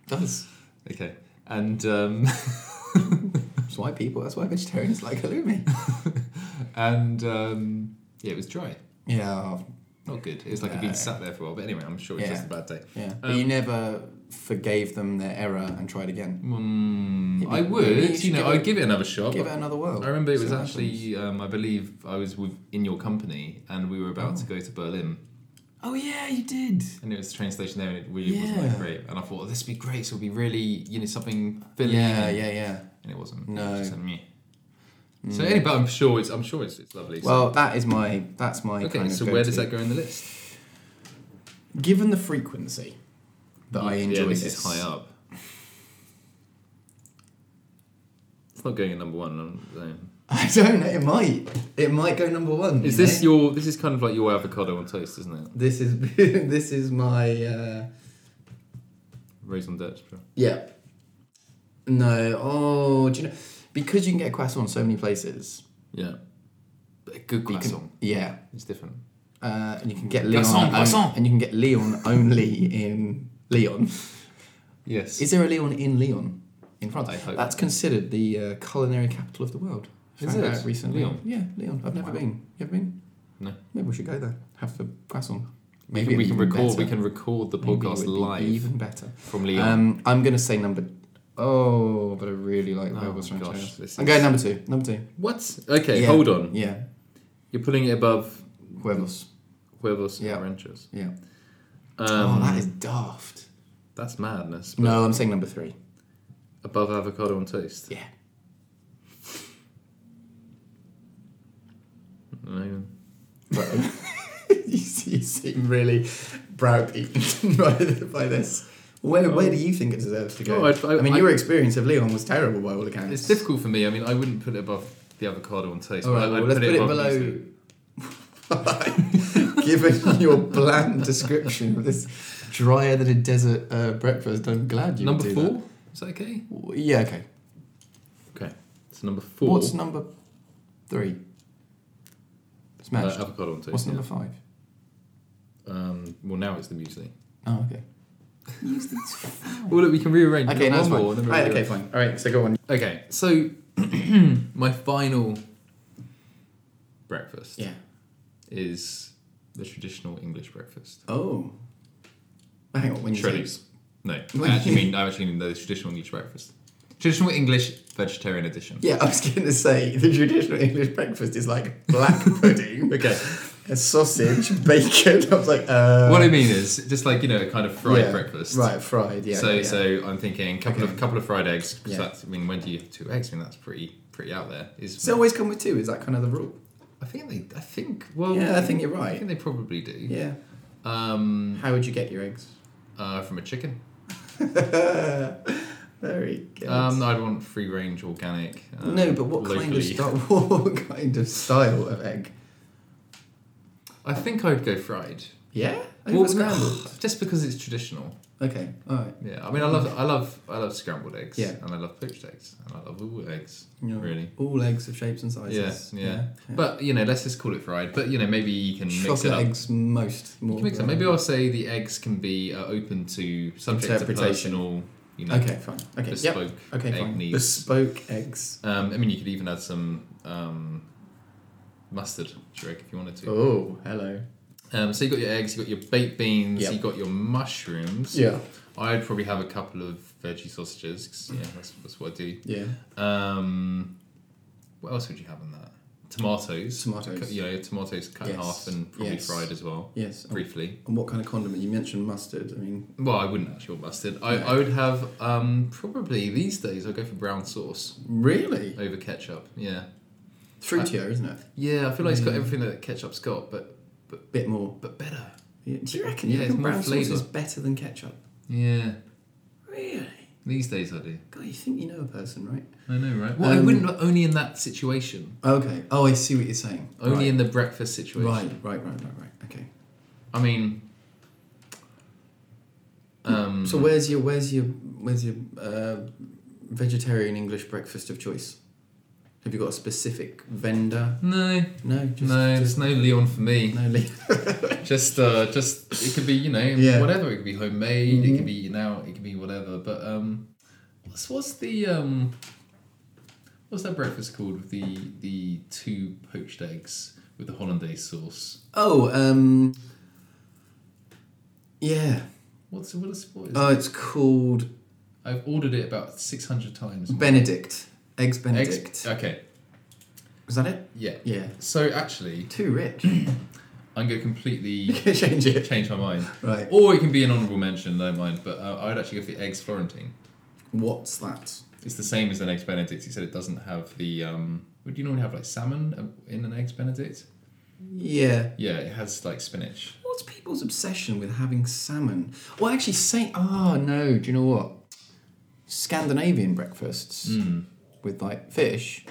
Speaker 2: Does.
Speaker 1: okay, and um,
Speaker 2: That's why people. That's why vegetarians like halloumi.
Speaker 1: and um, yeah, it was dry,
Speaker 2: Yeah,
Speaker 1: not good. It was like it'd
Speaker 2: No.
Speaker 1: been sat there for a while, but anyway, I'm sure it's
Speaker 2: Yeah.
Speaker 1: just a bad day.
Speaker 2: yeah. but you never forgave them their error and tried again.
Speaker 1: Mm,
Speaker 2: Maybe-
Speaker 1: I
Speaker 2: maybe you
Speaker 1: would,
Speaker 2: should
Speaker 1: you know,
Speaker 2: give
Speaker 1: I'd
Speaker 2: it-
Speaker 1: give it another shot.
Speaker 2: Give
Speaker 1: but
Speaker 2: it another whirl.
Speaker 1: I remember it
Speaker 2: See
Speaker 1: was
Speaker 2: what happens.
Speaker 1: actually, um, I believe I was with, in your company and we were about to go to Berlin
Speaker 2: Oh yeah, you did.
Speaker 1: and it was a train station there and it really wasn't
Speaker 2: Yeah.
Speaker 1: that great. And I thought, oh, this would be great. This will be really, you know, something filling.
Speaker 2: Yeah,
Speaker 1: and,
Speaker 2: yeah, yeah.
Speaker 1: And it wasn't.
Speaker 2: No. Mm.
Speaker 1: It was just, meh. So anyway, but I'm sure it's, I'm sure it's, it's lovely. So-
Speaker 2: Well, that is my that's my
Speaker 1: okay,
Speaker 2: kind of
Speaker 1: so where does
Speaker 2: go-to.
Speaker 1: that go in the list?
Speaker 2: Given the frequency that I enjoy
Speaker 1: yeah, this, is high up. It's not going in number one. I'm, saying.
Speaker 2: I don't know. It might. It might go number one.
Speaker 1: Is
Speaker 2: you
Speaker 1: this
Speaker 2: know?
Speaker 1: your? This is kind of like your avocado on toast, isn't it?
Speaker 2: This is this is my. Uh,
Speaker 1: Raison d'être.
Speaker 2: yeah. No. Oh, do you know? Because you can get a croissant in so many places.
Speaker 1: Yeah. But a good
Speaker 2: you can-
Speaker 1: croissant.
Speaker 2: yeah.
Speaker 1: It's different.
Speaker 2: Uh, and you can get Leon.
Speaker 1: Croissant,
Speaker 2: on-
Speaker 1: croissant.
Speaker 2: And you can get Leon only in Leon.
Speaker 1: Yes.
Speaker 2: Is there a Leon in Leon in France?
Speaker 1: I hope
Speaker 2: That's considered the uh, culinary capital of the world.
Speaker 1: Is
Speaker 2: Found
Speaker 1: it?
Speaker 2: out recently?
Speaker 1: Lyon?
Speaker 2: Yeah, Leon. I've never
Speaker 1: Wow.
Speaker 2: been. You ever been?
Speaker 1: No.
Speaker 2: Maybe we should go there. Have the croissant.
Speaker 1: we
Speaker 2: Maybe
Speaker 1: can,
Speaker 2: it'd
Speaker 1: we
Speaker 2: be
Speaker 1: can
Speaker 2: even
Speaker 1: record.
Speaker 2: better.
Speaker 1: We can record the
Speaker 2: Maybe it would
Speaker 1: podcast
Speaker 2: be
Speaker 1: live
Speaker 2: Even better.
Speaker 1: from Leon.
Speaker 2: Um, I'm gonna say number. Oh, but I really like
Speaker 1: Oh
Speaker 2: Velvet
Speaker 1: my gosh,
Speaker 2: Sanchez.
Speaker 1: this
Speaker 2: I'm
Speaker 1: is-
Speaker 2: going number two. Number two.
Speaker 1: what? Okay,
Speaker 2: Yeah.
Speaker 1: hold on.
Speaker 2: Yeah.
Speaker 1: You're putting it above
Speaker 2: Huevos.
Speaker 1: huevos
Speaker 2: Yeah.
Speaker 1: and ranchos.
Speaker 2: Yeah.
Speaker 1: Um,
Speaker 2: oh, that is daft.
Speaker 1: that's madness. but
Speaker 2: No, I'm saying number three.
Speaker 1: Above avocado on toast.
Speaker 2: Yeah.
Speaker 1: Mm.
Speaker 2: But- you, see- you seem really browbeaten by, by this. Where, where do you think it deserves to go?
Speaker 1: Oh, I- I-
Speaker 2: I, mean,
Speaker 1: I-
Speaker 2: your experience of Leon was terrible by all accounts.
Speaker 1: It's difficult for me. I mean, I wouldn't put it above the avocado on toast.
Speaker 2: All
Speaker 1: but
Speaker 2: right,
Speaker 1: I'd
Speaker 2: well, let's put it,
Speaker 1: above
Speaker 2: below.
Speaker 1: pizza.
Speaker 2: Given your bland description of this drier than a desert uh, breakfast, I'm glad you would
Speaker 1: Number
Speaker 2: do
Speaker 1: four. Is that okay?
Speaker 2: that. Yeah, okay.
Speaker 1: Okay. So number four.
Speaker 2: What's number three?
Speaker 1: uh,
Speaker 2: Smashed.
Speaker 1: avocado on toast.
Speaker 2: What's
Speaker 1: yeah.
Speaker 2: number five?
Speaker 1: Um, well, now it's the muesli.
Speaker 2: Oh, okay.
Speaker 1: Well, look, we can rearrange.
Speaker 2: Oh. Okay, no,
Speaker 1: one
Speaker 2: that's fine.
Speaker 1: more, and then we'll
Speaker 2: Right,
Speaker 1: do
Speaker 2: okay,
Speaker 1: it.
Speaker 2: fine. All right, so go on.
Speaker 1: Okay, so my final breakfast
Speaker 2: Yeah.
Speaker 1: is the traditional English breakfast.
Speaker 2: Oh. Hang on, when you say-
Speaker 1: Shreddies. No, I actually mean I actually mean the traditional English breakfast. Traditional English vegetarian edition.
Speaker 2: Yeah, I was going to say the traditional English breakfast is like black pudding.
Speaker 1: Okay.
Speaker 2: a sausage, bacon. I was like, uh.
Speaker 1: What I mean is just like you know, a kind of fried
Speaker 2: yeah.
Speaker 1: breakfast.
Speaker 2: Right, fried. Yeah.
Speaker 1: so
Speaker 2: yeah.
Speaker 1: so I'm thinking couple
Speaker 2: Okay.
Speaker 1: of couple of fried eggs. 'cause
Speaker 2: Yeah.
Speaker 1: that's, I mean, when do you have two eggs? I mean, that's pretty pretty out there. Is
Speaker 2: Does it always come with two? Is that kind of the rule?
Speaker 1: I think they. I think. Well,
Speaker 2: Yeah, I think you're
Speaker 1: I
Speaker 2: right.
Speaker 1: think they probably do.
Speaker 2: Yeah.
Speaker 1: Um,
Speaker 2: How would you get your eggs?
Speaker 1: uh, from a chicken.
Speaker 2: Very good.
Speaker 1: Um, I'd want free range organic. Uh,
Speaker 2: no, but what kind of
Speaker 1: locally.
Speaker 2: style? What kind of style of egg?
Speaker 1: I think I'd go fried.
Speaker 2: Yeah. Over
Speaker 1: Well,
Speaker 2: scrambled.
Speaker 1: Just because it's traditional.
Speaker 2: okay. All right.
Speaker 1: Yeah, I mean, I love, I love, I love scrambled eggs.
Speaker 2: Yeah.
Speaker 1: and I love poached eggs, and I love all eggs.
Speaker 2: Yeah.
Speaker 1: Really.
Speaker 2: All eggs of shapes and
Speaker 1: Yeah,
Speaker 2: sizes.
Speaker 1: yeah, But you know, let's just call it fried. But you know, maybe you can mix it
Speaker 2: chocolate
Speaker 1: up.
Speaker 2: eggs most
Speaker 1: You
Speaker 2: more.
Speaker 1: can mix it.
Speaker 2: than-
Speaker 1: Maybe I'll say the eggs can be uh, open to subject to
Speaker 2: Interpretation.
Speaker 1: personal, you know,
Speaker 2: Okay, fine. Okay, yep.
Speaker 1: bespoke
Speaker 2: Okay,
Speaker 1: egg
Speaker 2: fine.
Speaker 1: needs.
Speaker 2: Bespoke eggs.
Speaker 1: Um, I mean, you could even add some um, mustard, Shrek, if you wanted to.
Speaker 2: Oh, hello.
Speaker 1: Um, so you got your eggs, you got your baked beans,
Speaker 2: Yep.
Speaker 1: you got your mushrooms.
Speaker 2: Yeah.
Speaker 1: I'd probably have a couple of veggie sausages. 'cause, yeah, that's, that's what I do.
Speaker 2: Yeah.
Speaker 1: Um, what else would you have on that? Tomatoes.
Speaker 2: Tomatoes.
Speaker 1: Cut- You know, tomatoes cut in
Speaker 2: Yes.
Speaker 1: half and probably
Speaker 2: Yes.
Speaker 1: fried as well,
Speaker 2: Yes. And-
Speaker 1: briefly.
Speaker 2: And what kind of condiment? You mentioned mustard. I mean,
Speaker 1: Well, I wouldn't actually want mustard. I,
Speaker 2: No.
Speaker 1: I would have um, probably these days. I'll go for brown sauce
Speaker 2: really?
Speaker 1: over ketchup. Yeah,
Speaker 2: Fruitier, isn't it?
Speaker 1: yeah. I feel like it's
Speaker 2: Mm.
Speaker 1: got everything that ketchup's got, but
Speaker 2: Bit more.
Speaker 1: but better.
Speaker 2: Yeah, Do you reckon?
Speaker 1: Yeah,
Speaker 2: you
Speaker 1: it's
Speaker 2: reckon
Speaker 1: more
Speaker 2: brown sauce
Speaker 1: flavour.
Speaker 2: is better than ketchup?
Speaker 1: Yeah,
Speaker 2: Really?
Speaker 1: these days I do.
Speaker 2: God, you think you know a person, right?
Speaker 1: I know, right? Well, I
Speaker 2: Um,
Speaker 1: wouldn't only in that situation.
Speaker 2: Okay. Oh, I see what you're saying.
Speaker 1: Only
Speaker 2: right.
Speaker 1: in the breakfast situation.
Speaker 2: right, right, right, right, right. Okay.
Speaker 1: I mean, um,
Speaker 2: So where's your where's your where's your uh, vegetarian English breakfast of choice? Have you got a specific vendor?
Speaker 1: no,
Speaker 2: No, just,
Speaker 1: no,
Speaker 2: just
Speaker 1: there's no Leon for me.
Speaker 2: no. Lee.
Speaker 1: Just, uh, just it could be you know
Speaker 2: Yeah.
Speaker 1: whatever. It could be homemade. It
Speaker 2: Mhm.
Speaker 1: could be eaten out. It could be whatever. But um, what's what's the um, what's that breakfast called with the the two poached eggs with the hollandaise sauce?
Speaker 2: Oh, um, yeah.
Speaker 1: What's what is, what is
Speaker 2: Oh, it's called
Speaker 1: I've ordered it about six hundred times.
Speaker 2: Benedict. Eggs
Speaker 1: Eggs-
Speaker 2: Benedict.
Speaker 1: Okay,
Speaker 2: Is that it?
Speaker 1: yeah.
Speaker 2: Yeah.
Speaker 1: So actually,
Speaker 2: Too rich.
Speaker 1: I'm gonna completely
Speaker 2: Change it.
Speaker 1: change my mind.
Speaker 2: Right.
Speaker 1: Or it can be an honourable mention, don't mind. But uh, I'd actually go for the eggs Florentine.
Speaker 2: What's that?
Speaker 1: It's the same as an eggs Benedict. He said it doesn't have the. Um, would you normally have like salmon um, in an eggs Benedict?
Speaker 2: Yeah.
Speaker 1: Yeah, it has like spinach.
Speaker 2: What's people's obsession with having salmon? Well, actually, say, oh no, do you know what? Scandinavian breakfasts with like fish,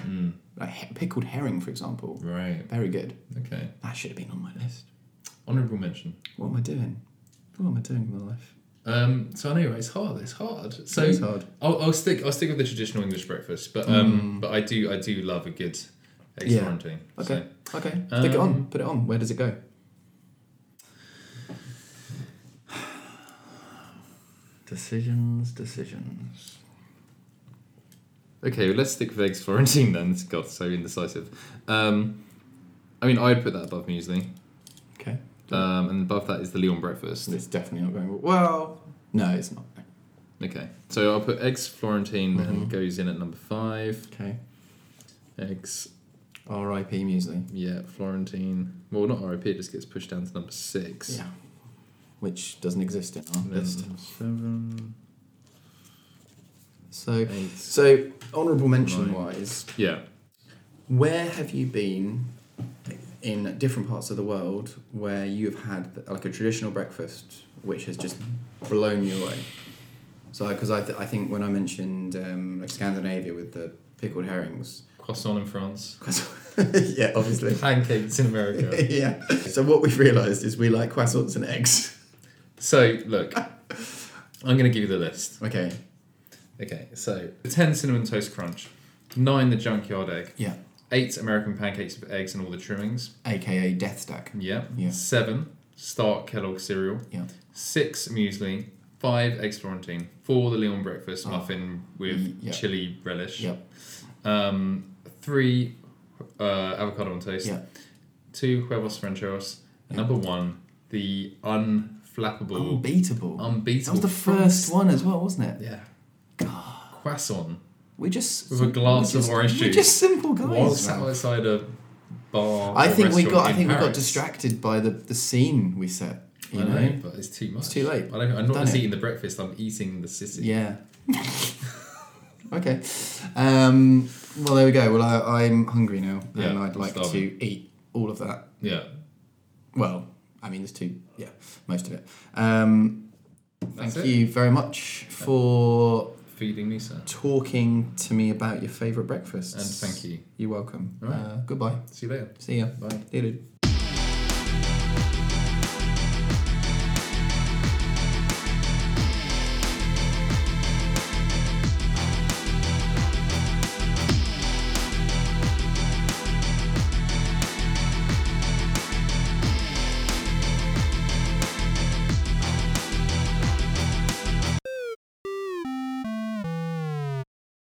Speaker 2: like he- pickled herring, for example,
Speaker 1: Right.
Speaker 2: very good.
Speaker 1: Okay.
Speaker 2: That should have been on my list.
Speaker 1: Honourable mention.
Speaker 2: What am I doing? What am I doing with my life?
Speaker 1: Um, so anyway, it's hard. It's hard. So
Speaker 2: It's hard. Mm.
Speaker 1: I'll, I'll stick. I'll stick with the traditional English breakfast. But um, but I do. I do love a good eggs
Speaker 2: Yeah.
Speaker 1: Florentine.
Speaker 2: Okay,
Speaker 1: So.
Speaker 2: okay, stick it on, put it on. Where does it go? Decisions, decisions.
Speaker 1: Okay, well, let's stick with eggs Florentine then. It's got so indecisive. Um, I mean, I'd put that above muesli,
Speaker 2: Okay,
Speaker 1: um, and above that is the Leon breakfast.
Speaker 2: it's definitely not going well. No, it's not.
Speaker 1: Okay, so I'll put eggs Florentine and goes in at number five.
Speaker 2: Okay.
Speaker 1: Eggs,
Speaker 2: R.I.P. Muesli.
Speaker 1: yeah, Florentine. Well, not RIP. It just gets pushed down to number six.
Speaker 2: Yeah. Which doesn't exist in our
Speaker 1: And then
Speaker 2: list.
Speaker 1: Seven,
Speaker 2: So,
Speaker 1: eight.
Speaker 2: so honourable mention wise,
Speaker 1: Yeah.
Speaker 2: where have you been in different parts of the world where you have had like a traditional breakfast which has just blown you away? So, because I, th- I think when I mentioned um, like Scandinavia with the pickled herrings,
Speaker 1: Croissant in France.
Speaker 2: yeah, obviously.
Speaker 1: Pancakes in America.
Speaker 2: yeah. So what we've realised is we like croissants and eggs.
Speaker 1: so look, I'm gonna give you the list.
Speaker 2: Okay.
Speaker 1: Okay, so ten cinnamon toast crunch, nine the junkyard egg.
Speaker 2: Yeah.
Speaker 1: Eight American pancakes with eggs and all the trimmings.
Speaker 2: AKA death stack.
Speaker 1: Yeah.
Speaker 2: Yeah.
Speaker 1: Seven Stark Kellogg cereal.
Speaker 2: Yeah.
Speaker 1: Six muesli. Five eggs Florentine. Four the Leon breakfast muffin with
Speaker 2: Oh. Y- yeah.
Speaker 1: chili relish.
Speaker 2: Yep.
Speaker 1: Um, three uh, avocado on toast.
Speaker 2: Yeah.
Speaker 1: Two huevos rancheros. And number one, the unflappable,
Speaker 2: Unbeatable.
Speaker 1: Oh,
Speaker 2: That
Speaker 1: unbeatable.
Speaker 2: was the first one as well, wasn't it?
Speaker 1: Yeah. Croissant
Speaker 2: We're just
Speaker 1: With a glass
Speaker 2: we're
Speaker 1: of
Speaker 2: just-
Speaker 1: orange
Speaker 2: We're
Speaker 1: juice.
Speaker 2: just simple guys.
Speaker 1: was
Speaker 2: man.
Speaker 1: outside a bar.
Speaker 2: I
Speaker 1: or
Speaker 2: think we
Speaker 1: restaurant
Speaker 2: got. I
Speaker 1: in
Speaker 2: think we got
Speaker 1: Paris.
Speaker 2: distracted by the the scene we set. You
Speaker 1: I
Speaker 2: know.
Speaker 1: know, but it's too much.
Speaker 2: too late.
Speaker 1: I don't, I'm not
Speaker 2: Done
Speaker 1: just
Speaker 2: it.
Speaker 1: eating the breakfast. I'm eating the city.
Speaker 2: Yeah. okay. Um, well, there we go. Well, I, I'm hungry now,
Speaker 1: Yeah,
Speaker 2: and I'd like
Speaker 1: starving.
Speaker 2: to eat all of that.
Speaker 1: Yeah.
Speaker 2: Well, I mean, there's two. Yeah, most of it. Um,
Speaker 1: That's
Speaker 2: thank
Speaker 1: it.
Speaker 2: you very much for
Speaker 1: Feeding me, sir.
Speaker 2: talking to me about your favourite breakfasts.
Speaker 1: And thank you.
Speaker 2: You're welcome.
Speaker 1: All right.
Speaker 2: Uh, goodbye.
Speaker 1: See you later.
Speaker 2: See ya.
Speaker 1: Bye.
Speaker 2: Later.